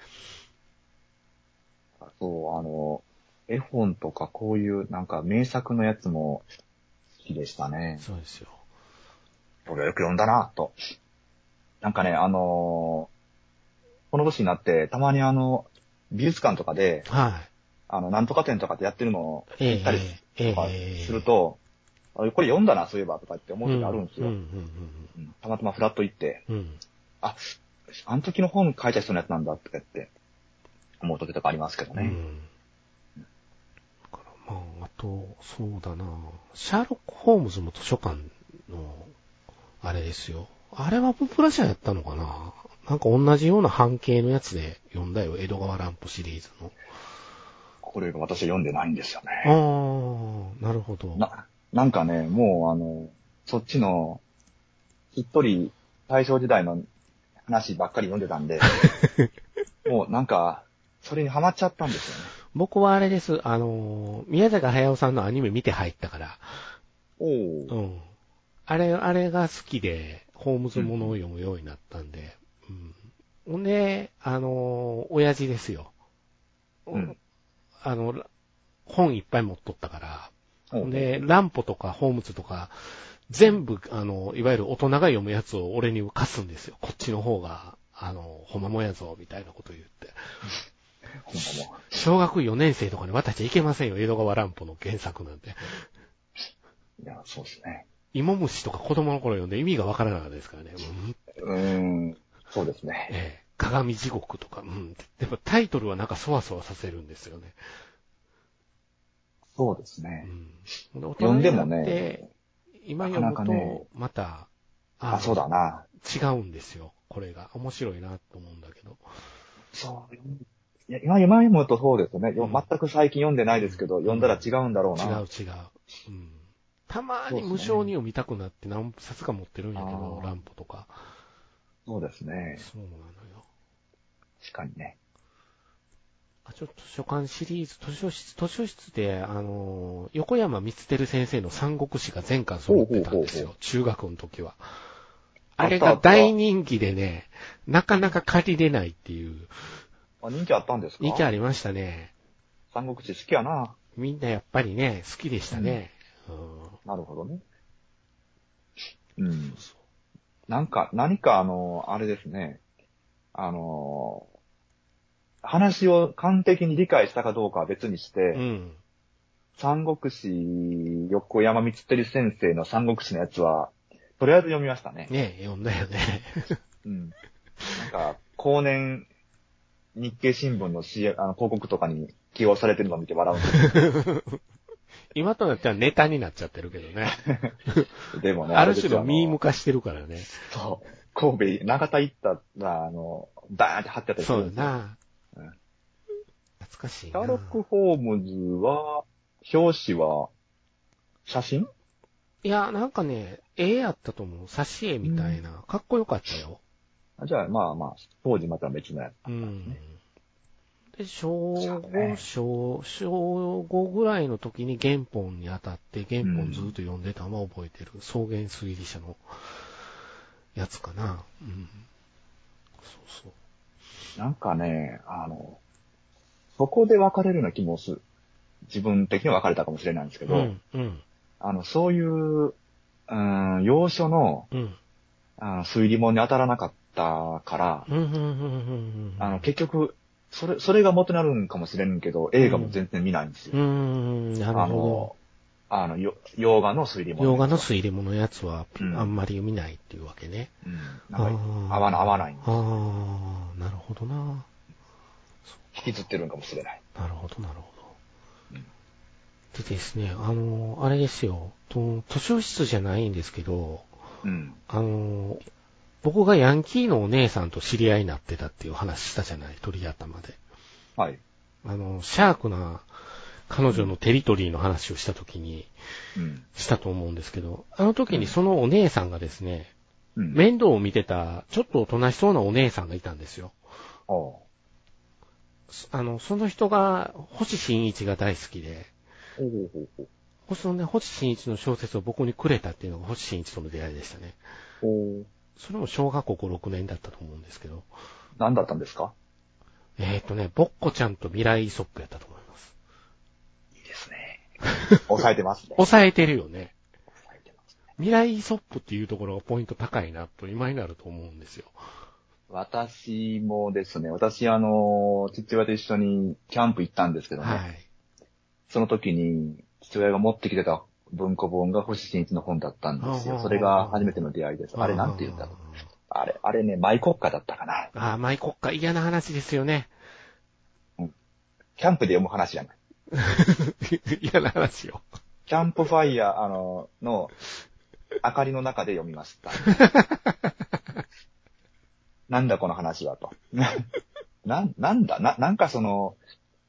あと、あの、絵本とかこういうなんか名作のやつも好きでしたね。そうですよ。俺はよく読んだなと。なんかね、あのーこの年になって、たまにあの、美術館とかで、はあの、なんとか展とかってやってるのをい。ええ行ったりええとかええすると、あこれ読んだな、そういえば、とかって思う時あるんですよ。うん、うん、うんたまたまフラッと行って、うんうん。うん。あ、あの時の本書いた人のやつなんだ、とかって思う時とかありますけどうね。ん。だからまあ、あと、そうだなシャーロック・ホームズも図書館の、あれですよ。あれはポプラ社やったのかななんか同じような半径のやつで読んだよ。江戸川乱歩シリーズの。これが私は読んでないんですよね。ああ、なるほど。な、なんかね、もうあの、そっちの、しっとり大正時代の話ばっかり読んでた んで、もうなんか、それにハマっちゃったんですよね。僕はあれです。あのー、宮坂駿さんのアニメ見て入ったから。おうお、ん。あれ、あれが好きで、ホームズものを読むようになったんで。うん。ほんで、あのー、親父ですよ。うん。あの、ら本いっぱい持っとったから。おうで、ランポとかホームズとか、全部、あの、いわゆる大人が読むやつを俺に貸すんですよ。こっちの方が、あの、ほんまもんやぞ、みたいなこと言って。ほんまも小学4年生とかに渡っちゃいけませんよ、江戸川乱歩の原作なんて。う。いや、そうですね。芋虫とか子供の頃読んで意味がわからなかったですからね。うんうーん、そうですね。ええ鏡地獄とか、うん。でもタイトルはなんかそわそわさせるんですよね。そうですうね。ん。ほんで大 読んで人もになっねて、、今読むなかなかねと、また、ああ、のそうだな。違うんですよ、これが。面白いなと思うんだけど。そう。いや、今、今読むとそうですね。ようん全く最近読んでないですけど、読んだら違うんだろうな。違う違う。うん、たまに無性に読みたくなって何冊か持ってるんやけどあ、ー乱歩とか。そうですね。そうなのよ。確かにね。あ、ちょっと図書館シリーズ、図書室、図書室で、あのー横山光輝先生の三国志が全巻揃ってたんですよ。ほうほうほう中学の時は。あったあれが大人気でね、なかなか借りれないっていう。あ、人気あったんですか人気ありましたね。三国志好きやな。みんなやっぱりね、好きでしたね。うんなるほどね。うん。なんか、何かあの、あれですね。あの、話を完璧に理解したかどうかは別にして、うん。三国志、横山光輝先生の三国志のやつは、とりあえず読みましたね。ね読んだよ ね。うん。なんか、後年、日経新聞の C、あの広告とかに起用されてるのを見て笑うんです今となってはネタになっちゃってるけどね。 けどでもね、ある種れですよのミーム化してるからね。そう。神戸、長田行ったら、あの、バーンって貼ってあったりすそるんうですよ。だう。なん懐かしいシャな。ーロック・ホームズは、表紙は、写真いや、なんかね、絵やったと思う。挿絵みたいな。かっこよかったよ。あじゃあ、まあまあ、当時また別のやつ。うん。で、小そうね5、小、小5ぐらいの時に原本に当たって、原本ずっと読んでたのは覚えてる。草原推理者のやつかな。うん。そうそう。なんかね、あの、そこで分かれるような気もする。自分的には分かれたかもしれないんですけど、うん、うん、あの、そういう、うん、要所の、うん。あの推理もに当たらなかったから、うん、うん、うん、うん。あの、結局、それ、それが元になるんかもしれんけど、映画も全然見ないんですようー。ん、なるあほの、あの、よ洋画の推理ど。も。洋画の推理物のやつは、うんあんまり見ないっていうわけね。うん。なんか、あー合わない、合わない。ああ、なるほどな。引きずってるんかもしれない。なるほど、なるほうんど。でですね、あの、あれですよ、と図書室じゃないんですけど、うん。あの、僕がヤンキーのお姉さんと知り合いになってたっていう話したじゃない、鳥頭で。はい。あの、シャークな彼女のテリトリーの話をした時に、うん。したと思うんですけど、あの時にそのお姉さんがですね、うん。面倒を見てた、ちょっとおとなしそうなお姉さんがいたんですよ。ああ。そあの、その人が、星新一が大好きで、ほうほうほうほう。そのね、星新一の小説を僕にくれたっていうのが星新一との出会いでしたね。ほう。それも小学校5、6年だったと思うんですけど。何だったんですかえっ、とね、ぼっこちゃんと未来イソップやったと思います。いいですね。抑えて ますね。抑えてるよね。抑えてますね。未来イソップっていうところがポイント高いなと今になると思うんですよ。私もですね、私あの、父親と一緒にキャンプ行ったんですけどね、はい。その時に父親が持ってきてた文庫本が星新一の本だったんですあよ。あそれが初めての出会いです。あれなんて言うんだろう。あれ、あれね、マイ国家だったかな。ああ、マイ国家嫌な話ですよ ね。キャンプで読む話じゃない。嫌な話よ。キャンプファイヤー、あの、の、明かりの中で読み ました。なんだこの話はと。 な、なんだな、なんかその、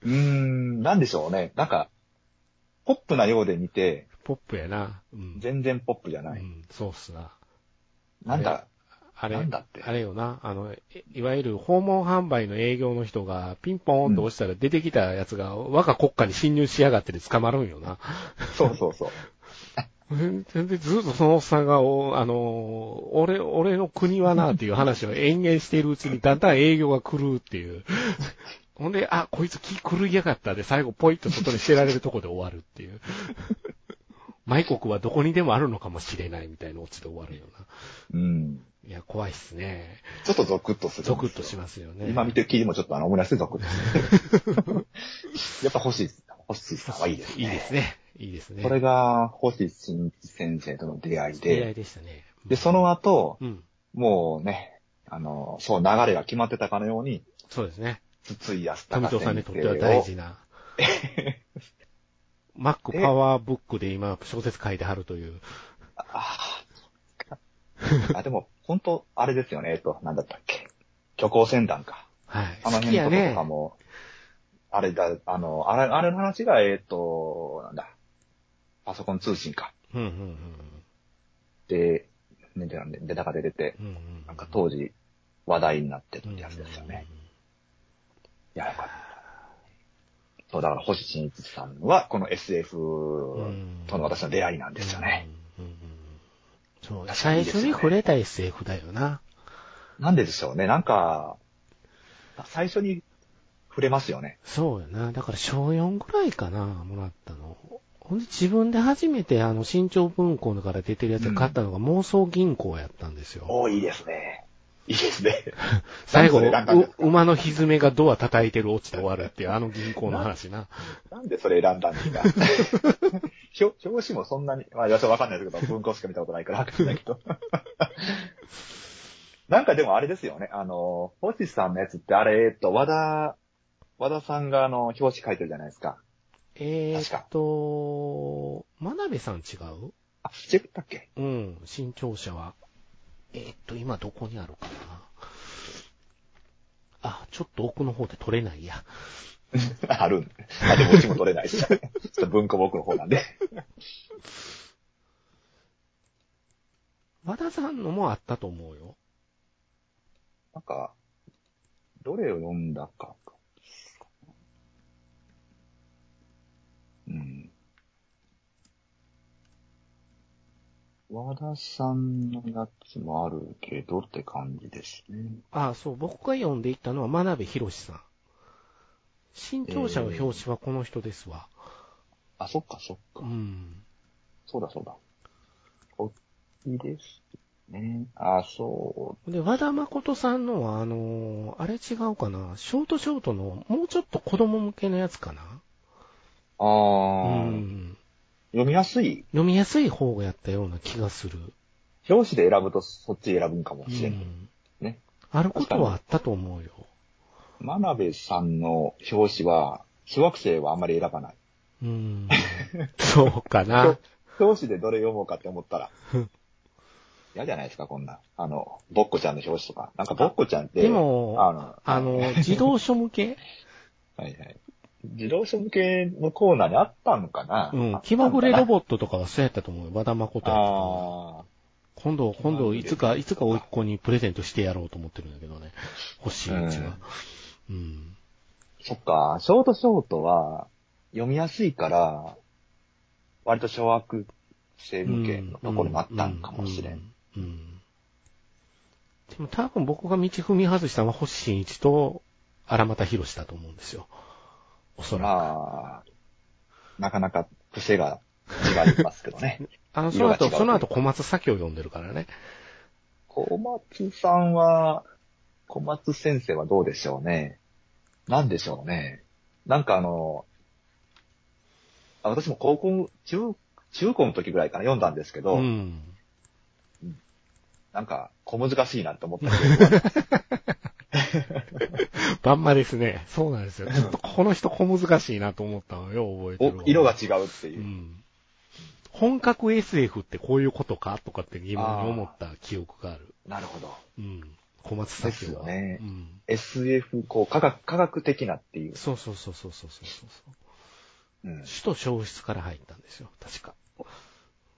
うーん、なんでしょうね。なんか、ポップなようで見て、ポップやな。うん。全然ポップじゃなうい。ん、そうっすな。なんだ、あれ、なんだってあれよな、あの、えいわゆる訪問販売の営業の人がピンポーンと押したら出てきたやつが我が国家に侵入しやがってで捕まるんよな。そうそうそう。全然ずっとそのおっさんが、おあの、俺、俺の国はなっていう話を 延々しているうちにだんだん営業が狂うっていう。ほんで、あ、こいつ気狂いやがったで最後ポイッと外に捨てられるとこで終わるっていう。マイ国はどこにでもあるのかもしれないみたいなオチで終わるよな。うん。いや、怖いっすね。ちょっとゾクッとする。ゾクッとしますよね。今見てる記事もちょっとあの、思い出してゾクッ とする。やっぱ欲しい、欲しいさはいいですね。いいですね。いいですね。それが、星新一先生との出会い出会でい、でしたね。で、その後、うん。もうね、あの、そう、流れが決まってたかのように、そうですね。筒井康富隆藤先さんにとっては生大を事 な。マックパワーブックで今小説書いてはるという。あーあ、でも、本当あれですよね、えっと、なんだったっけ。虚構船団か。はい。あの好き辺のやこととねか。も、あれだ、あの、あれ、あれの話が、えっと、なんだ、パソコン通信か。うんうんうんで、ね、でなんで出たかで出て、うんうんうん。なんか当時、話題になってうるんっうんてうんやつですよね。いや、よかった。そう、だから星新一さんは、この SF んとの私の出会いなんですよね。。うんうんうんそう、確か最にいいですよ初ねに触れた SF だよな。なんででしょうね、なんか、最初に触れますよね。そうやな。だから小4ぐらいかな、もらったの。ほんで自分で初めてあの新潮文庫から出てるやつを買ったのが妄想銀行やったんですよ。おーいいですね。いいですね。 最後、なんでそれ選んだんですう馬のひずめがドア叩いてる落ちて終わるっていう、あの銀行の話な。なんでそれ選んだんですか 表表紙もそんなに、まあ、私はわかんないですけど、文庫しか見たことないからわかんないけど。 なんかでもあれですよね、あの、星さんのやつってあれ、えっと、和田、和田さんがあの、表紙書いてるじゃないですか。えーっと、真鍋さん違うあ、違ったっけうん、新潮社は。えーっと、今どこにあるかな。あ、ちょっと奥の方で取れないや。 あるん。あ、でもうちも取れないし。ちょっと文庫僕の方なんで。和田さんのもあったと思うよ。なんか、どれを読んだか。うん。和田さんのやつもあるけどって感じですね。あ、そう、僕が読んでいったのは真鍋博さん。新潮社の表紙はこの人ですわ。あ、そっかそっか。うん。そうだそうだ。こっちですね。あ、そで、和田誠さんのは、あのーあれ違うかな、ショートショートの、もうちょっと子供向けのやつかな。う。あうあ、ん。読みやすい。読みやすい方がやったような気がする。表紙で選ぶとそっち選ぶんかもうしれない。ん。ねあることはあったと思うよ。真鍋さんの表紙は、小学生はあんまり選ばない。 うん。そうかな。表紙でどれ読もうかって思っ たら。嫌じゃないですか、こんな。あの、ぼっこちゃんの表紙とか。なんかぼっこちゃんって。でもあの、あの、児童書向けはいはい。自動車向けのコーナーにあったのかなうん。気まぐれロッボットとかはそうやったと思うよ。和田誠やったと思うあ今度、ま今ぐ度、れいつか、いつか甥っ子にプレゼントしてやろうと思ってるんだけどね。欲しい、うちは。うん。ーそっか、ショートショートは読みやすいから、割と小学生向けのところもあったんかもしれん。うん。うんでも多分僕が道踏み外したのは星新一と荒俣博士だと思うんですよ。おそらく。まあ、なかなか癖が違いますけどね。あの、その色が違う後、その後小松先を読んでるからね。小松さんは、小松先生はどうでしょうね。なんでしょうね。なんかあの、あ私も高校、中、中高の時ぐらいから読んだんですけど、 うん。なんか小難しいなって思ったけど、バンマですね。そうなんですよ。ちょっとこの人小難しいなと思ったのよ、覚え てるわお色が違うっていうう。ん。本格 SF ってこういうことかとかって疑問に思った記憶がある。なるほど。うん。小松先生は。ですよねうん。 SF、こう、科学、科学的なっていう。そうそうそうそうそうそうそう。うん。死と消失から入ったんですよ、確か。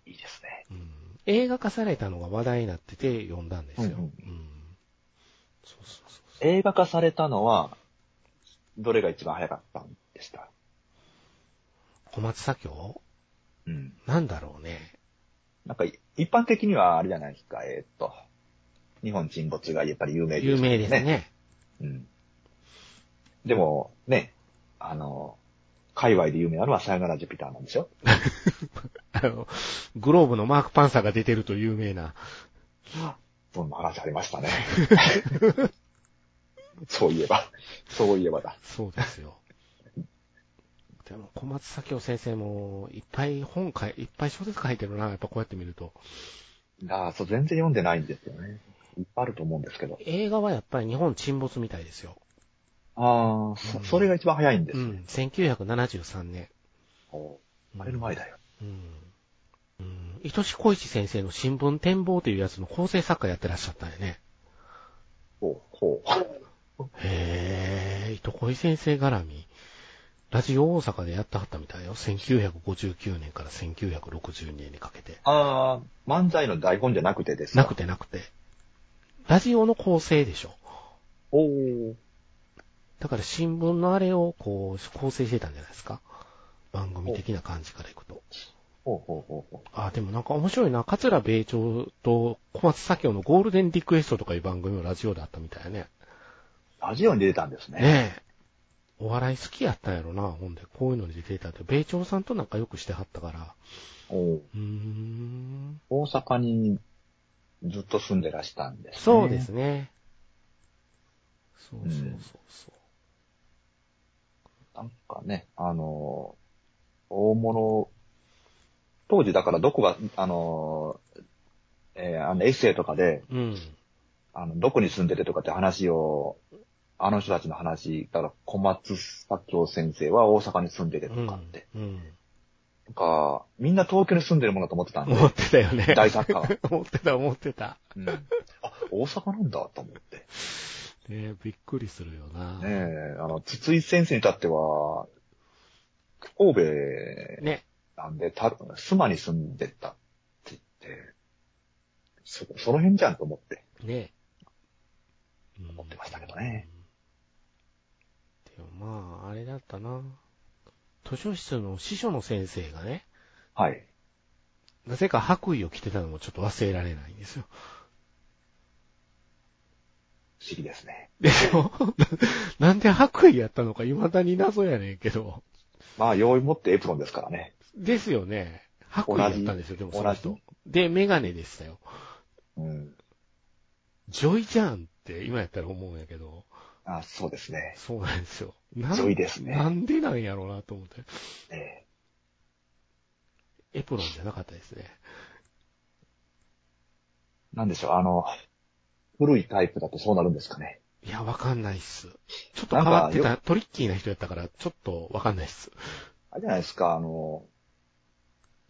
いいですね。うん、映画化されたのが話題になってて読んだんですよ。ううんんうんそうそうそうそう。映画化されたのは、どれが一番早かったんでした小松左京うん。なんだろうね。なんか、一般的にはあれじゃないですか、えーっと、日本沈没がやっぱり有名ですよ有名ですね。。うん。でも、ね、あの、界隈で有名なのはさよならジュピターなんでしょあの、グローブのマーク・パンサーが出てると有名な。そんな話あり ましたね。そういえば、そういえばだ。そうですよ。 でも、小松左京先生も、いっぱい本書い、いっぱい小説書いてるな、やっぱこうやって見ると。ああ、そう、全然読んでないんですよね。いっぱいあると思うんですけど。映画はやっぱり日本沈没みたいですよ。ああ、そそれが一番早いんですうね。ん、1973年。おあれの前だよ。うん。うん。いとしこいち先生の新聞展望というやつの構成作家やってらっしゃったんやね。ほう、ほう。へえ、いとこい先生絡み。ラジオ大阪でやってはったみたいよ。1959年から1962年にかけて。ああ、漫才の台本じゃなくてですかなくてなくて。ラジオの構成でしょ。おお。だから新聞のあれをこう構成してたんじゃないですか。番組的な感じからいくと。ほうほうほうほあ、でもなんか面白いな。桂米朝と小松左京のゴールデンリクエストとかいう番組もラジオであったみたいやね。う。ラジオに出てたんですね。ねえ。お笑い好きやったんやろな、ほんで。こういうのに出てたって。米朝さんと仲良くしてはったから。おううーん。大阪にずっと住んでらしたんです、ね。そうです。ね。そうそうそうなんかね、あのー、大物、当時だからどこが、あのー、えーあのエッセイとかで、そう。うん。あの、どこに住んでてとかって話を、あの人たちの話、だから小松左京先生は大阪に住んでてとうんかって。。うん。なんか、みんな東京に住んでるものだと思っ てたんで、思ってたよね。大作家は。 思ってた、思ってた。うん、あ、大阪なんだと思って。ねえ、びっくりするよな。ねえ、あの、筒井先生に至っては、神戸ねなんで、た、須磨に住んでたって言って、そ、その辺じゃんと思って。ねえ。思ってましたけどねうん。でもまあ、あれだったな。図書室の司書の先生がね、はい。なぜか白衣を着てたのもちょっと忘れられないんです よ。 不思議ですね。でしょなんで白衣やったのか未だに謎やねんけど。まあ、用意持ってエプロンですからね。ですよね。白衣やったんですよ、でもその人同。で、メガネでしたよ。うん。ジョイじゃんって今やったら思うんやけど。あ、そうですね。そうなんですよ。なんジョイですなね。んでなんやろうなと思って。ええエプロンじゃなかったですね。なんでしょう、あの、古いタイプだとそうなるんですかね。いや、わかんないっす。ちょっと変わってた、トリッキーな人やったから、ちょっとわかんないっす。あれじゃないですか、あの、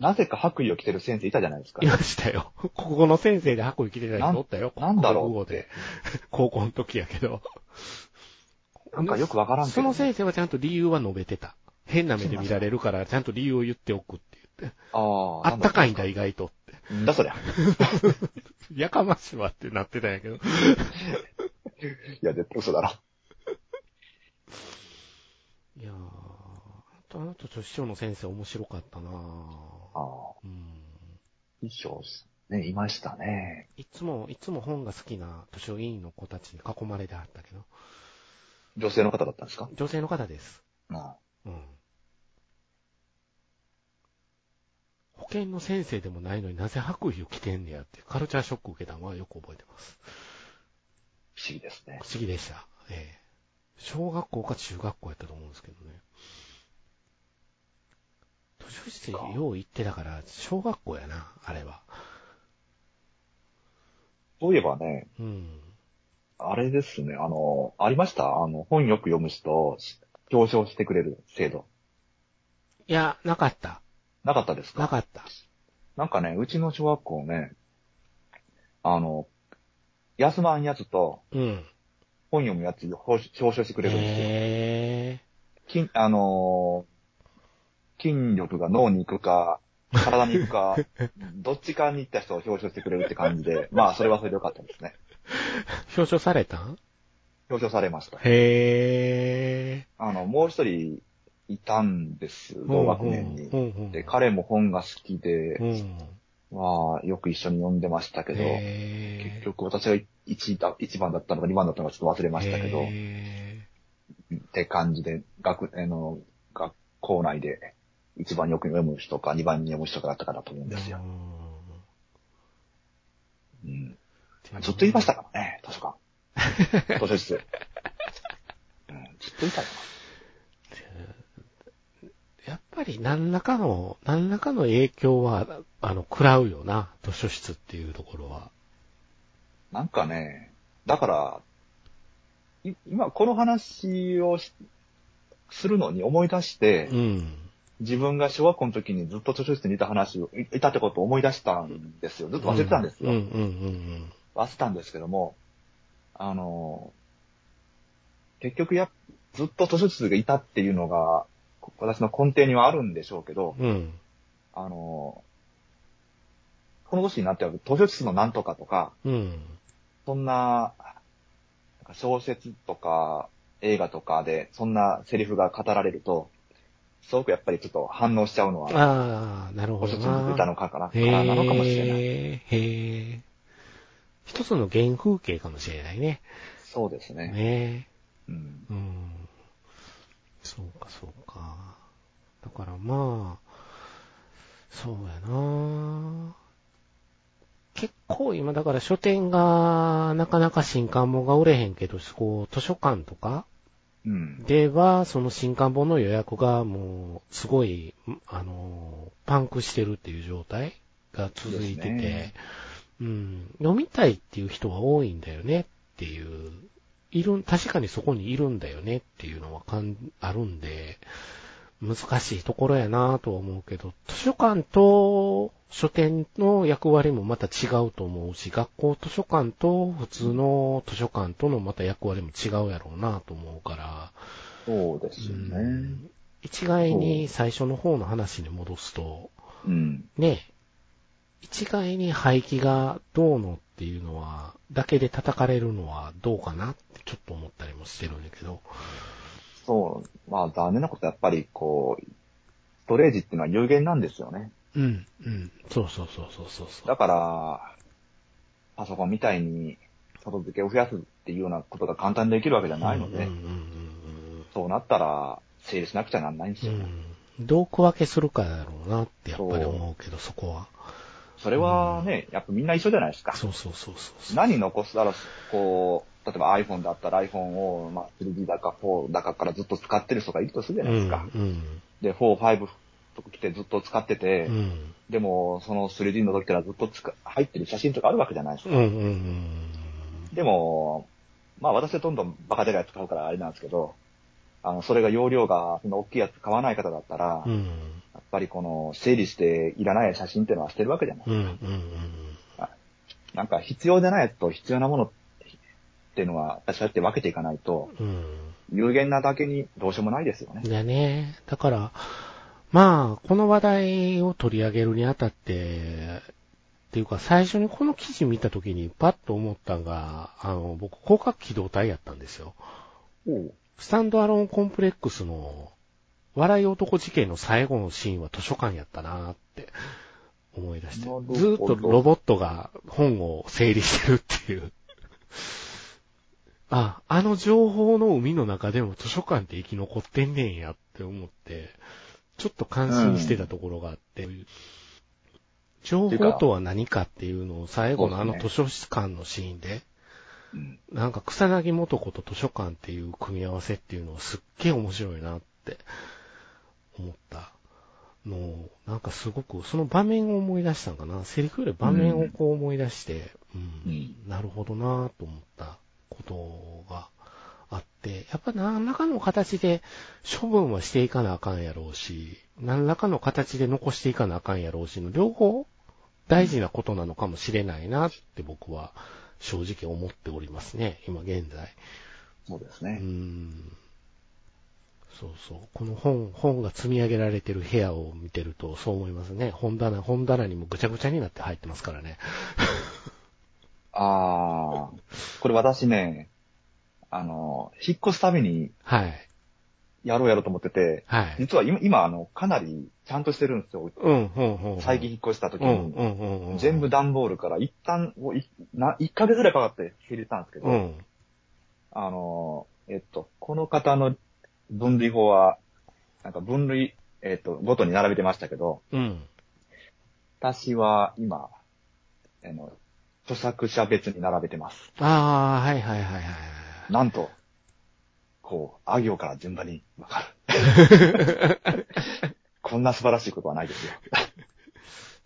なぜか白衣を着てる先生いたじゃないですかい。ましたよ。 ここの先生で 箱行きてた人おったよ。なんだろう国語で。高校の時やけど。なんかよくわからんけどそね、の先生はちゃんと理由は述べてた。変な目で見られるから、ちゃんと理由を言っておくって言って。あああ。ったかいんだ。だ、意外とって。なんだそりゃ。やかましいわってなってたんやけど。いや、絶対嘘だろ。いやー、あとあなたと師匠の先生面白かったなぁああ。うん。一生ですね、いましたね。いつも、いつも本が好きな図書委員の子たちに囲まれてあったけど、女性の方だったんですか女性の方です。あうん。保健の先生でもないのになぜ白衣を着てんねやって、カルチャーショック受けたのはよく覚えてます。不思議ですね。不思議でした。ええ小学校か中学校やったと思うんですけどね。図書室によう行ってたから、小学校やな、あれは。そういえばね、うん。あれですね、あの、ありましたあの、本よく読む人を表彰してくれる制度。いや、なかった。なかったですかなかった。なんかね、うちの小学校ね、あの、休まんやつとうん。本読むやつを表彰してくれるんですよ。え筋、あのー筋力が脳に行くか、体に 行くか、どっちかに行った人を表彰してくれるって感じで、まあ、それはそれでよかったですね。ー、表彰されたん表彰されました。へあの、もう一人いたんです、ー。同学年にう。んうんうんで、彼も本が好きうで、ん。まあ、よく一緒に読んでましたけど、へー結局私が1だ一番だったのか2番だったのかちょっと忘れましたけど、へって感じで、学、あの、学校内で一番よく読む人か2番に読む人かだったかなと思うんーですよ。ううんんずっと言いましたからね、図書 館。図書室。うん、ずっと言いたいやっぱり何らかの、何らかの影響は、あの、食らうよな、図書室っていうところは。な。なんかね、だから、い今この話をしするのに思い出して、うん。自分が小学校の時にずっと図書室にいた話を、いいたってことを思い出したんですよ。ずっと忘れてたんですよ。うんうんうん忘れてたんですけども、あの、結局や、ずっと図書室がいたっていうのが、こ私の根底にはあるんでしょうけど、うん。うん。あの、この年になっては図書室のなんとかとか、うん。そんな、なんか小説とか映画とかで、そんなセリフが語られると、すごくやっぱりちょっと反応しちゃうのは、ああ、なるほ図ど書室にいな。たのかかな、かへえらなのかもしれない。へえ。一つの原風景かもしれないね。そうですね。ねうん。え。うん。そうか、そうか。だからまあ、そうやな結構今だから書店がなかなか新刊本が売れへんけど、こう図書館とかうん。では、その新刊本の予約がもう、すごい、あの、パンクしてるっていう状態が続いてて、ですねうん、飲みたいっていう人は多いんだよねっていう、いるん、確かにそこにいるんだよねっていうのはかん、あるんで、難しいところやなとは思うけど、図書館と書店の役割もまた違うと思うし、学校図書館と普通の図書館とのまた役割も違うやろうなと思うから、そうですようね。ん一概に最初の方の話に戻すと、うん。ね、一概に廃棄がどうのっていうのは、だけで叩かれるのはどうかなってちょっと思ったりもしてるんだけど、そう。まあ残念なことやっぱりこう、ストレージっていうのは有限なんですよね。うん、うん、そうそうそうそうそうそう。だから、パソコンみたいに外付けを増やすっていうようなことが簡単にできるわけじゃないので、うんうんそうなったら整理しなくちゃなんないんですうんうよんね。うんどう区分けするかだろうなってやっぱり思うけど、そこは。それはね、やっぱみんな一緒じゃないですか。そうそうそうそう。何残すだろう、こう、例えば iPhone だったら iPhone を、まあ、3D だか4だかからずっと使ってる人がいるとするじゃないですか。うん、で、4、5とか来てずっと使ってて、うん、うん、でも、その 3D の時からずっとつか入ってる写真とかあるわけじゃないですうか。ん、うんうん。でも、まあ私はどんどんバカでかいやつ買うからあれなんですけど、あの、それが容量が、その大きいやつ買わない方だったら、うやん、っぱりこの、整理していらない写真っていうのは捨てるわけじゃない。うん、うん、うん。なんか必要でないやつと必要なものっていうのは、私はやって分けていかないと、うん。有限なだけにどうしようもないですよね。だね。だから、まあ、この話題を取り上げるにあたって、っていうか最初にこの記事見た時にパッと思ったんが、あの、僕、広角機動隊やったんですよ。おうスタンドアローンコンプレックスの、笑い男事件の最後のシーンは図書館やったなーって思い出して。ずなるほどーっとロボットが本を整理してるっていう。あ、あの情報の海の中でも図書館って生き残ってんねんやって思って、ちょっと感心してたところがあって、情報とは何かっていうのを最後のあの図書館のシーンで、うんなんか草薙元子と図書館っていう組み合わせっていうのはすっげえ面白いなって思ったのを、なんかすごくその場面を思い出したんかな。セリフより場面をこう思い出して、うんうんなるほどなと思ったことがあって、やっぱ何らかの形で処分はしていかなあかんやろうし、何らかの形で残していかなあかんやろうしの両方大事なことなのかもしれないなって僕は正直思っておりますね、今現在。そうですうね。ん。そうそう。この本、本が積み上げられてる部屋を見てるとそう思いますね。本棚、本棚にもぐちゃぐちゃになって入ってますからね。ああ、これ私ね、あの、引っ越すためにはい。やろうやろうと思ってて、はい。実は今、今あの、かなりちゃんとしてるんですよ。うん、うん、うんうん。最近引っ越した時うん、に。うん、うんうん。全部段ボールから一旦、もういな1ヶ月ぐらいかかって減れたんですけど、うん。あの、えっと、この方の分類法は、なんか分類、えっと、ごとに並べてましたけど、うん。私は今、あの、著作者別に並べてます。ああ、はいはいはいはいはい。なんと、こう、あ行から順番にわかる。 こんな素晴らしいことはないですよ。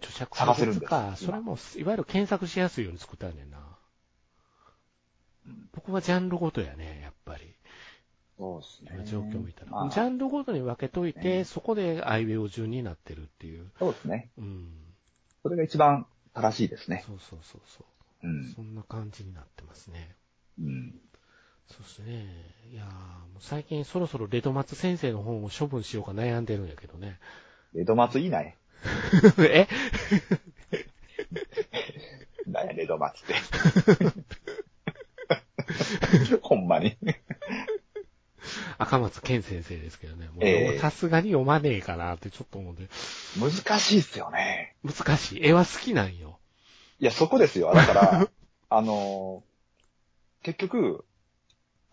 著作探せるんですか。今それも、いわゆる検索しやすいように作ったんねんなうん。僕はジャンルごとやね、やっぱり。そうです今状況見たら。まあジャンルごとに分けといて、ねそこでアイウェイを順になってるっていう。そうですね。うん。それが一番正しいですね。そうそうそうそう。うんそ。んな感じになってますね。うん。そうですね。いやーもう最近そろそろレドマツ先生の本を処分しようか悩んでるんやけど ね。江戸松いいない。えなんや、レドマツ って。ほんまに。赤松健先生ですけどね。もええうさすがに読まねえかなってちょっと思うんで。難しいっすよね。難しい。絵は好きなんよ。いや、そこですよ。だから、あのー結局、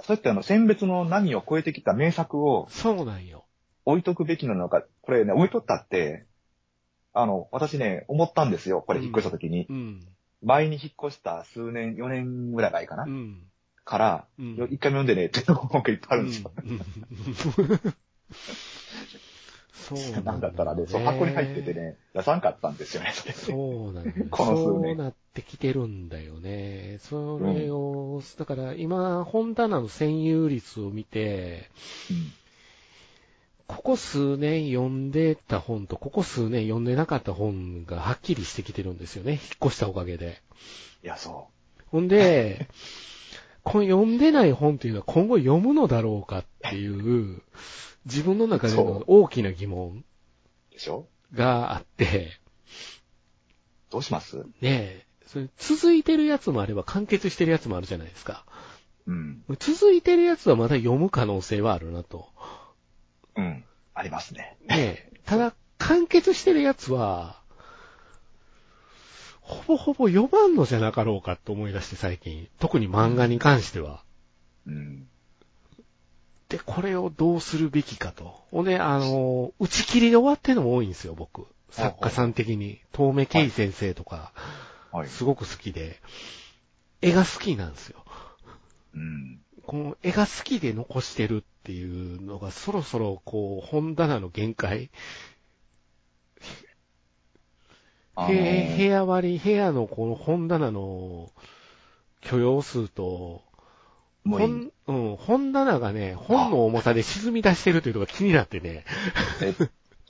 そうやってあの、選別の波を超えてきた名作をそうなんよ。置いとくべきなのか、これね、置いとったって、あの、私ね、思ったんですよ。これ引っ越した時に。うん。前に引っ越した数年、4年ぐらい前かな、うん。から、うんよ一回も読んでねえっていうのがいっぱいあるんですよ。うんうんうんそうなんよ なんだったらね、そう箱に入ってて。ね、出さんかったんですよね、それそうなんだよ この数年そうなってきてるんだよね。それを、だから今、本棚の占有率を見て、ここ数年読んでた本と、ここ数年読んでなかった本がはっきりしてきてるんですよね。引っ越したおかげで。いや、そほんで、この読んでない本っていうのは今後読むのだろうかっていう、自分の中での大きな疑問う。でしょがあって、どうしますねえ、それ続いてるやつもあれば完結してるやつもあるじゃないですか。うん。続いてるやつはまだ読む可能性はあるなと。うん。ありますね。ねえ、ただ完結してるやつは、ほぼほぼ読まんのじゃなかろうかと思い出して最近。特に漫画に関しては。うん。で、これをどうするべきかと。ほんで、あの、打ち切りで終わってるのも多いんですよ、僕。作家さん的に。遠目圭先生とか、はい。すごく好きで、絵が好きなんですよ。うん。この絵が好きで残してるっていうのが、そろそろ、こう、本棚の限界。あのへ部屋割り、部屋のこの本棚の許容数と、もういい本、うん、本棚がね、本の重さで沈み出してるというのが気になってね。え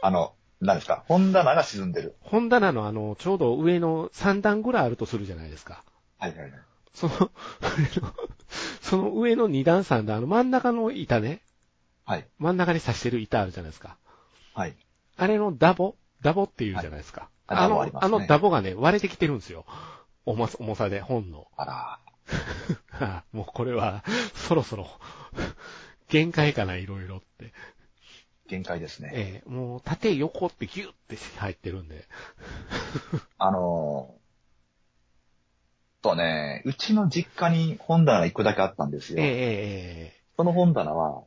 あの、何ですか本棚が沈んでる。本棚のあの、ちょうど上の3段ぐらいあるとするじゃないですか。 はいはいはい。その、そその上の2段3段、あの真ん中の板ね、はい。真ん中に刺してる板あるじゃないですか。はい。あれのダボダボっていうじゃないですか。はいあダボのありますあねのダボがね、割れてきてるんですよ。重さ重さで、本の。あら、 もうこれは、そろそろ、限界かな、いろいろって。限界ですね。ええもう縦横ってギュッて入ってるんで。あのー、とね、うちの実家に本棚が1個だけあったんですえよ。えその本棚は、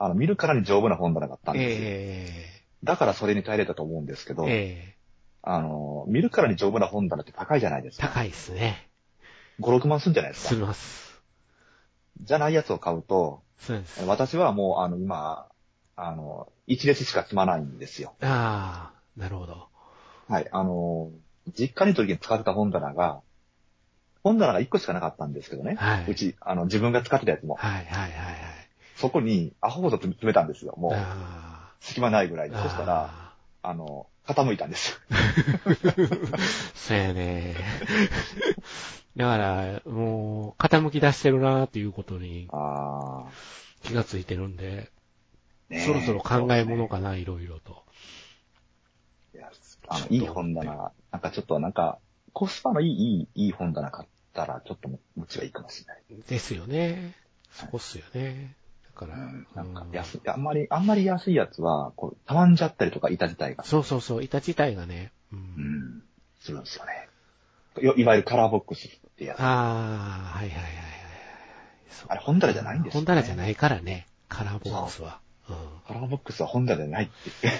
あの、見るからに丈夫な本棚だったんえええですよ。だからそれに耐えれたと思うんですけえええど、えあのー、見るからに丈夫な本棚って高いじゃないですか。高いっすね。 5、6万するんじゃないですすか。みます。じゃないやつを買うと、そうです。あ私はもう、あの、今、あの、一列しか積まないんですよ。あ、なるほど。はい。あの、実家にいた時に使ってた本棚が、本棚が1個しかなかったんですけどね。。はいうち、あの、自分が使ってたやつも。はいはいはいはい。そこに、アホほど詰めたんですよ。もう、あ隙間ないぐらいに。あ。そしたら、ああの、傾いた んですよ。あ。そうやね。 だから、もう、傾き出してるなーっていうことにあ気がついてるんで、ーねえそろそろ考えものかな、いろいろと。いやあの、いい本棚、なんかちょっとなんか、コスパのいい、いい、いい本棚買ったら、ちょっとも、もちがいいかもしれない。ですよね。そこっすよね。だから、なんかう、ん安い、あんまり、あんまり安いやつは、こう、たまんじゃったりとか、板自体が。そうそうそう、板自体がね。う、うんん、するんですよね。よいわゆるカラーボックスってやつ。あああ、はいはいはいはいはい。そうれ、本棚じゃないんですよ、本棚じゃい。ないからね、カラーボックスは。うん、カラーボックスは本棚じゃないって いう。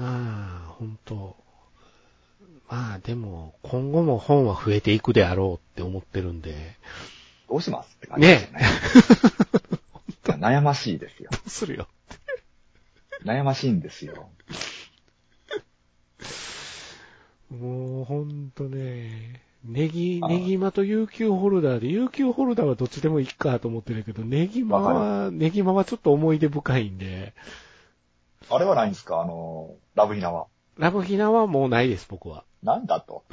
まあ、本当まあでも、今後も本は増えていくであろうって思ってるんで、 どうしますって感じですよね。悩ま しいですよ。どうするよ。悩ましいんですよ。もうほんとね、ネギ、あーネギマと UQ ホルダーで、UQ ホルダーはどっちでもいいかと思ってるけど、ネギマわは、ネギマはちょっと思い出深いんで、あれはないんですかあの、ラブヒナは。ラブヒナはもうないです、僕は。なんだと。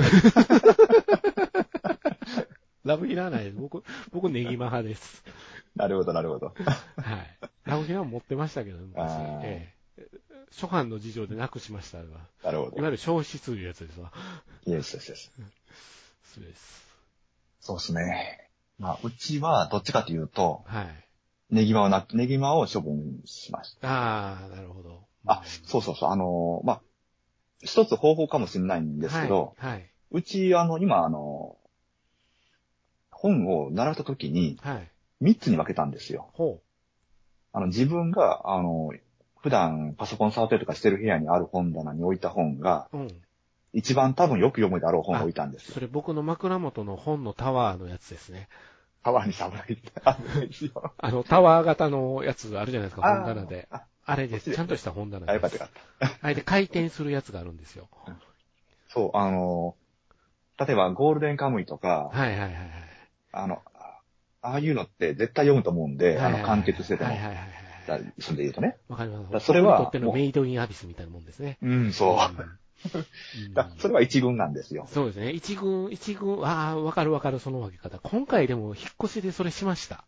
ラブヒナはないです。僕、僕ネギマ派です。なるほど、なるほど。はい。ラブヒナは持ってましたけど、昔あー。ええ初版の事情でなくしました、あれは。なるほいわど。ゆる消失というやつですわ。よしよしよし。そうです。そうですね。まあ、うちは、どっちかというと、はい。ネギマをな、ネギマを処分しました。ああ、なるほど。あ、そうそうそう、あの、まあ、一つ方法かもしれないんうですけど、はい。はいうち、あの、今、あの、本を習った時に、はい。 3つに分けたんですよ。ほあの、自分が、あの、普段パソコン触ったりとかしてる部屋にある本棚に置いた本が、う。うん。一番多分よく読むだろう本を置いたんですよそ。れ僕の枕元の本のタワーのやつですね。タワーに侍ってあるんですよ。あの、タワー型のやつあるじゃないですか、あー本棚で。ああれです。こっちですねちゃんとした本棚あ、よかでったす。よかった。あれで回転するやつがあるんですよ。そう、あの、例えばゴールデンカムイとか、はいはいはいはい。あの、あああいうのって絶対読むと思うんで、あの、完結しててもはい、はいはいはいはい。だそれで言うとね。わかりまだす。それ僕はにとってのもうメイドインアビスみたいなもんですね。うん、そうん。 う。だそれは一軍なんですよ。そうですね。一軍、一軍、ああ、わかるわかる、その分け方。今回でも引っ越しでそれしました。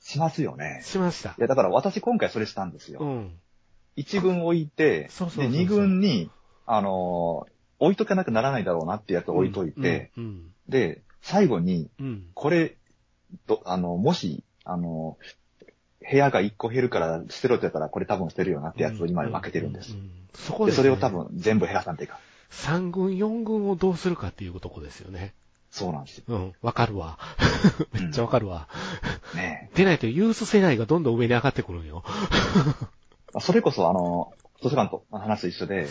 しますよね。しましたい。や、だから私今回それしたんですうよ。ん。一軍置いて、そうそうそうそで、う二軍に、あのー置いとかなくならないだろうなってやつを置いといて、うん、で、最後に、うん。うん。これ、ど、あの、もし、あの、部屋が一個減るから捨てろってやったら、これ多分捨てるよなってやつを今負けてるんですう。うそこで、で、ね、それを多分全部減らさんといかん。 3軍、4軍をどうするかっていうとこですよね。そうなんですよ。うん、わかるわ。めっちゃわかるわ。ねでないとユース世代がどんどん上に上がってくるんよ。えそれこそ、あの、図書館と話と一緒で、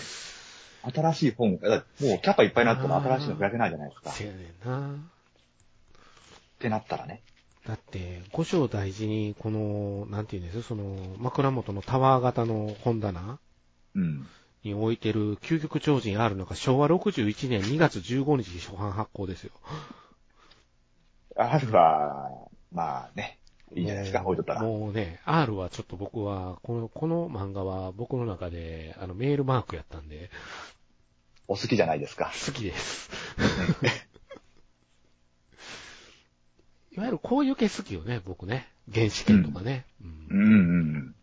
新しい本、だからもうキャパいっぱいになったら新しいの増やせないじゃないですか。せやねんな。ってなったらね。だって、五章大事に、この、なんていうんですその、枕元のタワー型の本棚うん。に置いてる究極超人 R のが昭和61年2月15日初版発行ですよ。あるは、まあね、いいじゃないですか、もう置いとったら。もうね、R はちょっと僕は、この、この漫画は僕の中で、あの、メールマークやったんで、お好きじゃないですか。好きです。 いわゆるこういう景色よね、僕ね。原始圏とかね。うん。うんうん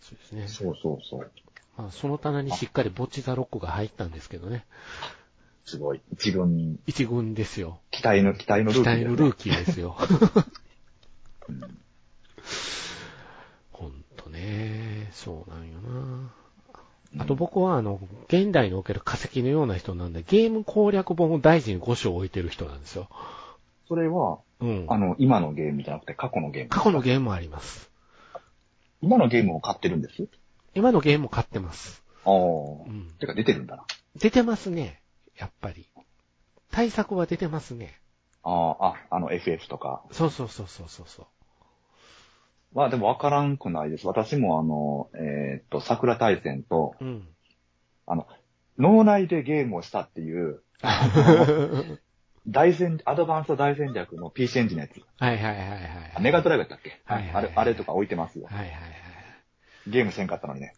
そううでん。すね。そうそうそう。まあ、その棚にしっかりボッチザロックが入ったんですけどね。すごい。一軍、一軍ですよ。期待の、期待のル期ーキー、待のルーキーです よ。ほんとね、そうなんよな。あと僕は、あの、現代における化石のような人なんで、ゲーム攻略本を大事に5章置いてる人なんですよ。それは、うん。あの、今のゲームじゃなくて過去のゲーム。過去のゲームもあります。今のゲームを買ってるんです今のゲームも買ってます。あうあ。ん。てか出てるんだな。出てますね。やっぱり。対策は出てますね。ああ、あ、あの FF とか。そうそうそうそうそうそう。まあでもわからんくないです。私もあの、えーっと、桜大戦と、うん。あの、脳内でゲームをしたっていう、大戦、アドバンスト大戦略の PC エンジンのやつ。はいはいはいはい。メガドラライブやったっけはいはいあれ、あれとか置いてますよ。はいはいはい。ゲームせんかったのにね。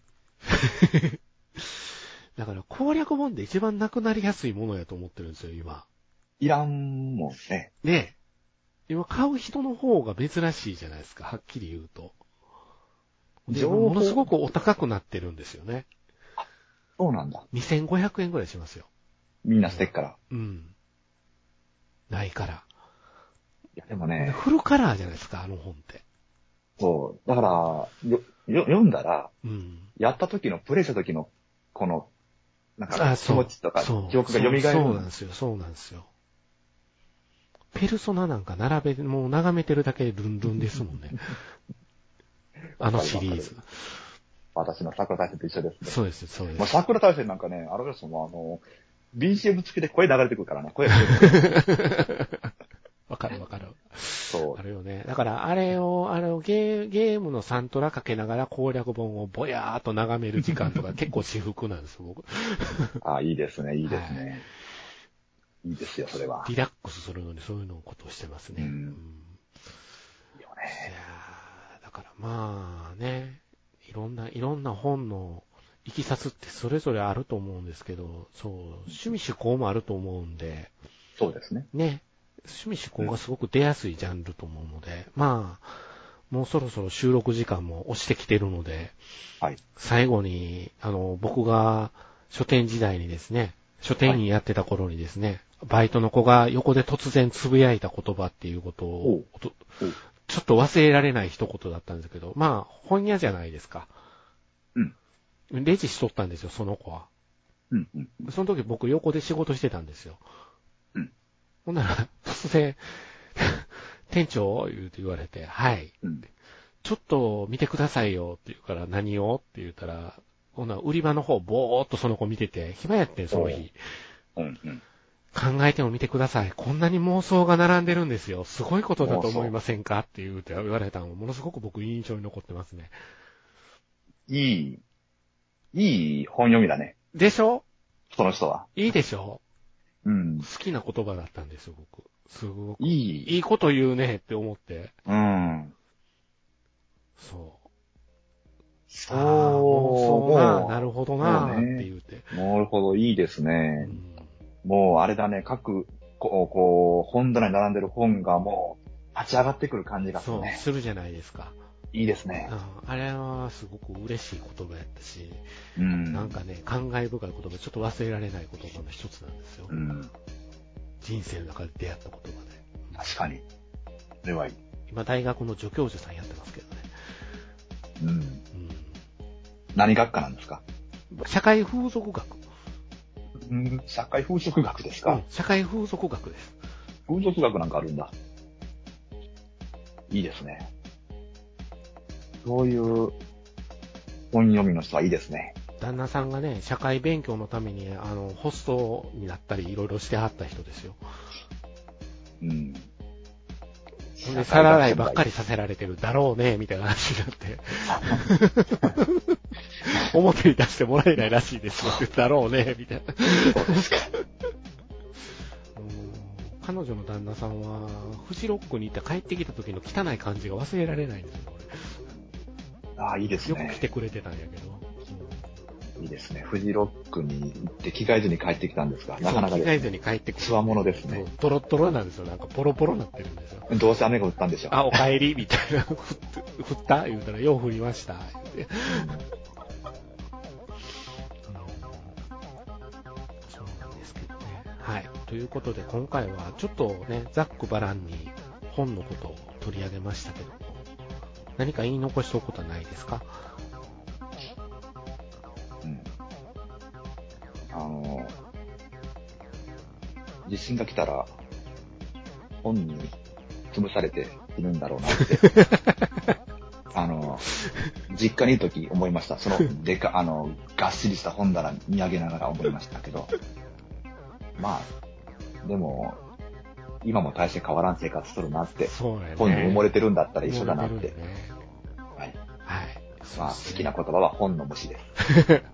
だから攻略本で一番なくなりやすいものやと思ってるんですよ、今。いらんもんね。ねえ。今買う人の方が珍しいじゃないですか、はっきり言うと。で、情報ものすごくお高くなってるんですよね。そうなんだ。 2500円ぐらいしますよ。みんな捨てっから。うん。ないから。いや、でもね、フルカラーじゃないですか、あの本って。そう。だから、よ、よ読んだら、うん。やった時の、プレイした時の、この、なんか、あ気そう持ちとか、そう記憶が蘇る。そうそうなんですよ、そうなんですよ。ペルソナなんか並べ、もう眺めてるだけでルンルンですもんね。 あのシリーズ。私の桜大戦と一緒ですね。そうです、そうでもうす。桜大戦なんかね、あれですもん、あの、BGM 付きで声流れてくるからね、声が出てくる。わかるわかる。そ あう。るよね。だから、あれを、あれをゲーゲームのサントラかけながら攻略本をぼやーっと眺める時間とか結構私服なんですよ、僕。あいいですね、いいですね。いいですよ、それは。リラックスするのにそういうのをことをしてますね。うんうんいいよいねやーだからまあね、いろんな、いろんな本の行きさつってそれぞれあると思うんですけど、そう、趣味趣向もあると思うんで、そうですね。ね、趣味趣向がすごく出やすいジャンルと思うので、まあ、もうそろそろ収録時間も押してきてるので、はい。最後に、あの、僕が書店時代にですね、書店員やってた頃にですね、バイトの子が横で突然つぶやいた言葉っていうことを、おとおうちょっと忘れられない一言だったんですけど、まあ、本屋じゃないですか。うん。レジしとったんですよ、その子は。うん、うん。その時僕横で仕事してたんですよ。うん。ほんなら、突然、 店長言うて言われて、はい。うん。ちょっと見てくださいよって言うから何をって言ったら、ほな、売り場の方ぼーっとその子見てて、暇やってん、その日。うん、うん。考えても見てください。こんなに妄想が並んでるんですよ。すごいことだと思いませんかって言うて言われたのも、ものすごく僕印象に残ってますね。いい、いい本読みだね。でしょその人は。いいでしょうん好。きな言葉だったんですよ、僕。すごく。いい。いいこと言うねって思って。うん。そう。そあう。あー、妄想な、なもるほどなそうーねって言うて。うなるほど、いいですうね。んもうあれだね、各、こう、こう、本棚に並んでる本がもう、立ち上がってくる感じがすそるう、ね。するじゃないですか。いいですね。うんあれはすごく嬉しい言葉やったし、うん。なんかね、感慨深い言葉、ちょっと忘れられない言葉の一つなんですよう。ん。人生の中で出会った言葉で。確かに。それはいい。今、大学の助教授さんやってますけどね。うん。何学科なんですかうん、社会風俗学、うん。社会風俗学ですか、社会風俗学です。風俗学なんかあるんだ。いいですね。そういう、本読みの人はいいですね。旦那さんがね、社会勉強のために、あの、ホストになったり、いろいろしてはった人ですよ。うん。それで、皿洗いばっかりさせられてるだろうね、みたいな話にな って。表に出してもらえないらしいですよ。だろうね、みたいな。そうですか。彼女の旦那さんは、フジロックに行って帰ってきた時の汚い感じが忘れられないんですよ、これああ、いいですよく来ね。てくれてたんやけど。いいですね。フジロックに行って着替えずに帰ってきたんですが、なかなか着替えでずすにね。帰ってくつわものですねる。。トロトロなんですよ。なんかポロポロなってるんですよ。どうせ雨が降ったんでしょう。あ、お帰りみたいな。降っ降った言うたら、よう降りました。言うてそうなんですけどね。はい。ということで、今回はちょっとね、ざっくばらんに本のことを取り上げましたけども、何か言い残しておくことはないですかうんあの、地震が来たら、本に潰されているんだろうなって。 あの、実家にいる時思いました。その、でか、あの、がっしりした本棚見上げながら思いましたけど。まあ、でも、今も大して変わらん生活しとるなって。そうやね。本に埋もれててるんだったら一緒だなっ埋もれてる。よねはい。はい。まあ、好きな言葉は本の虫です。そうですね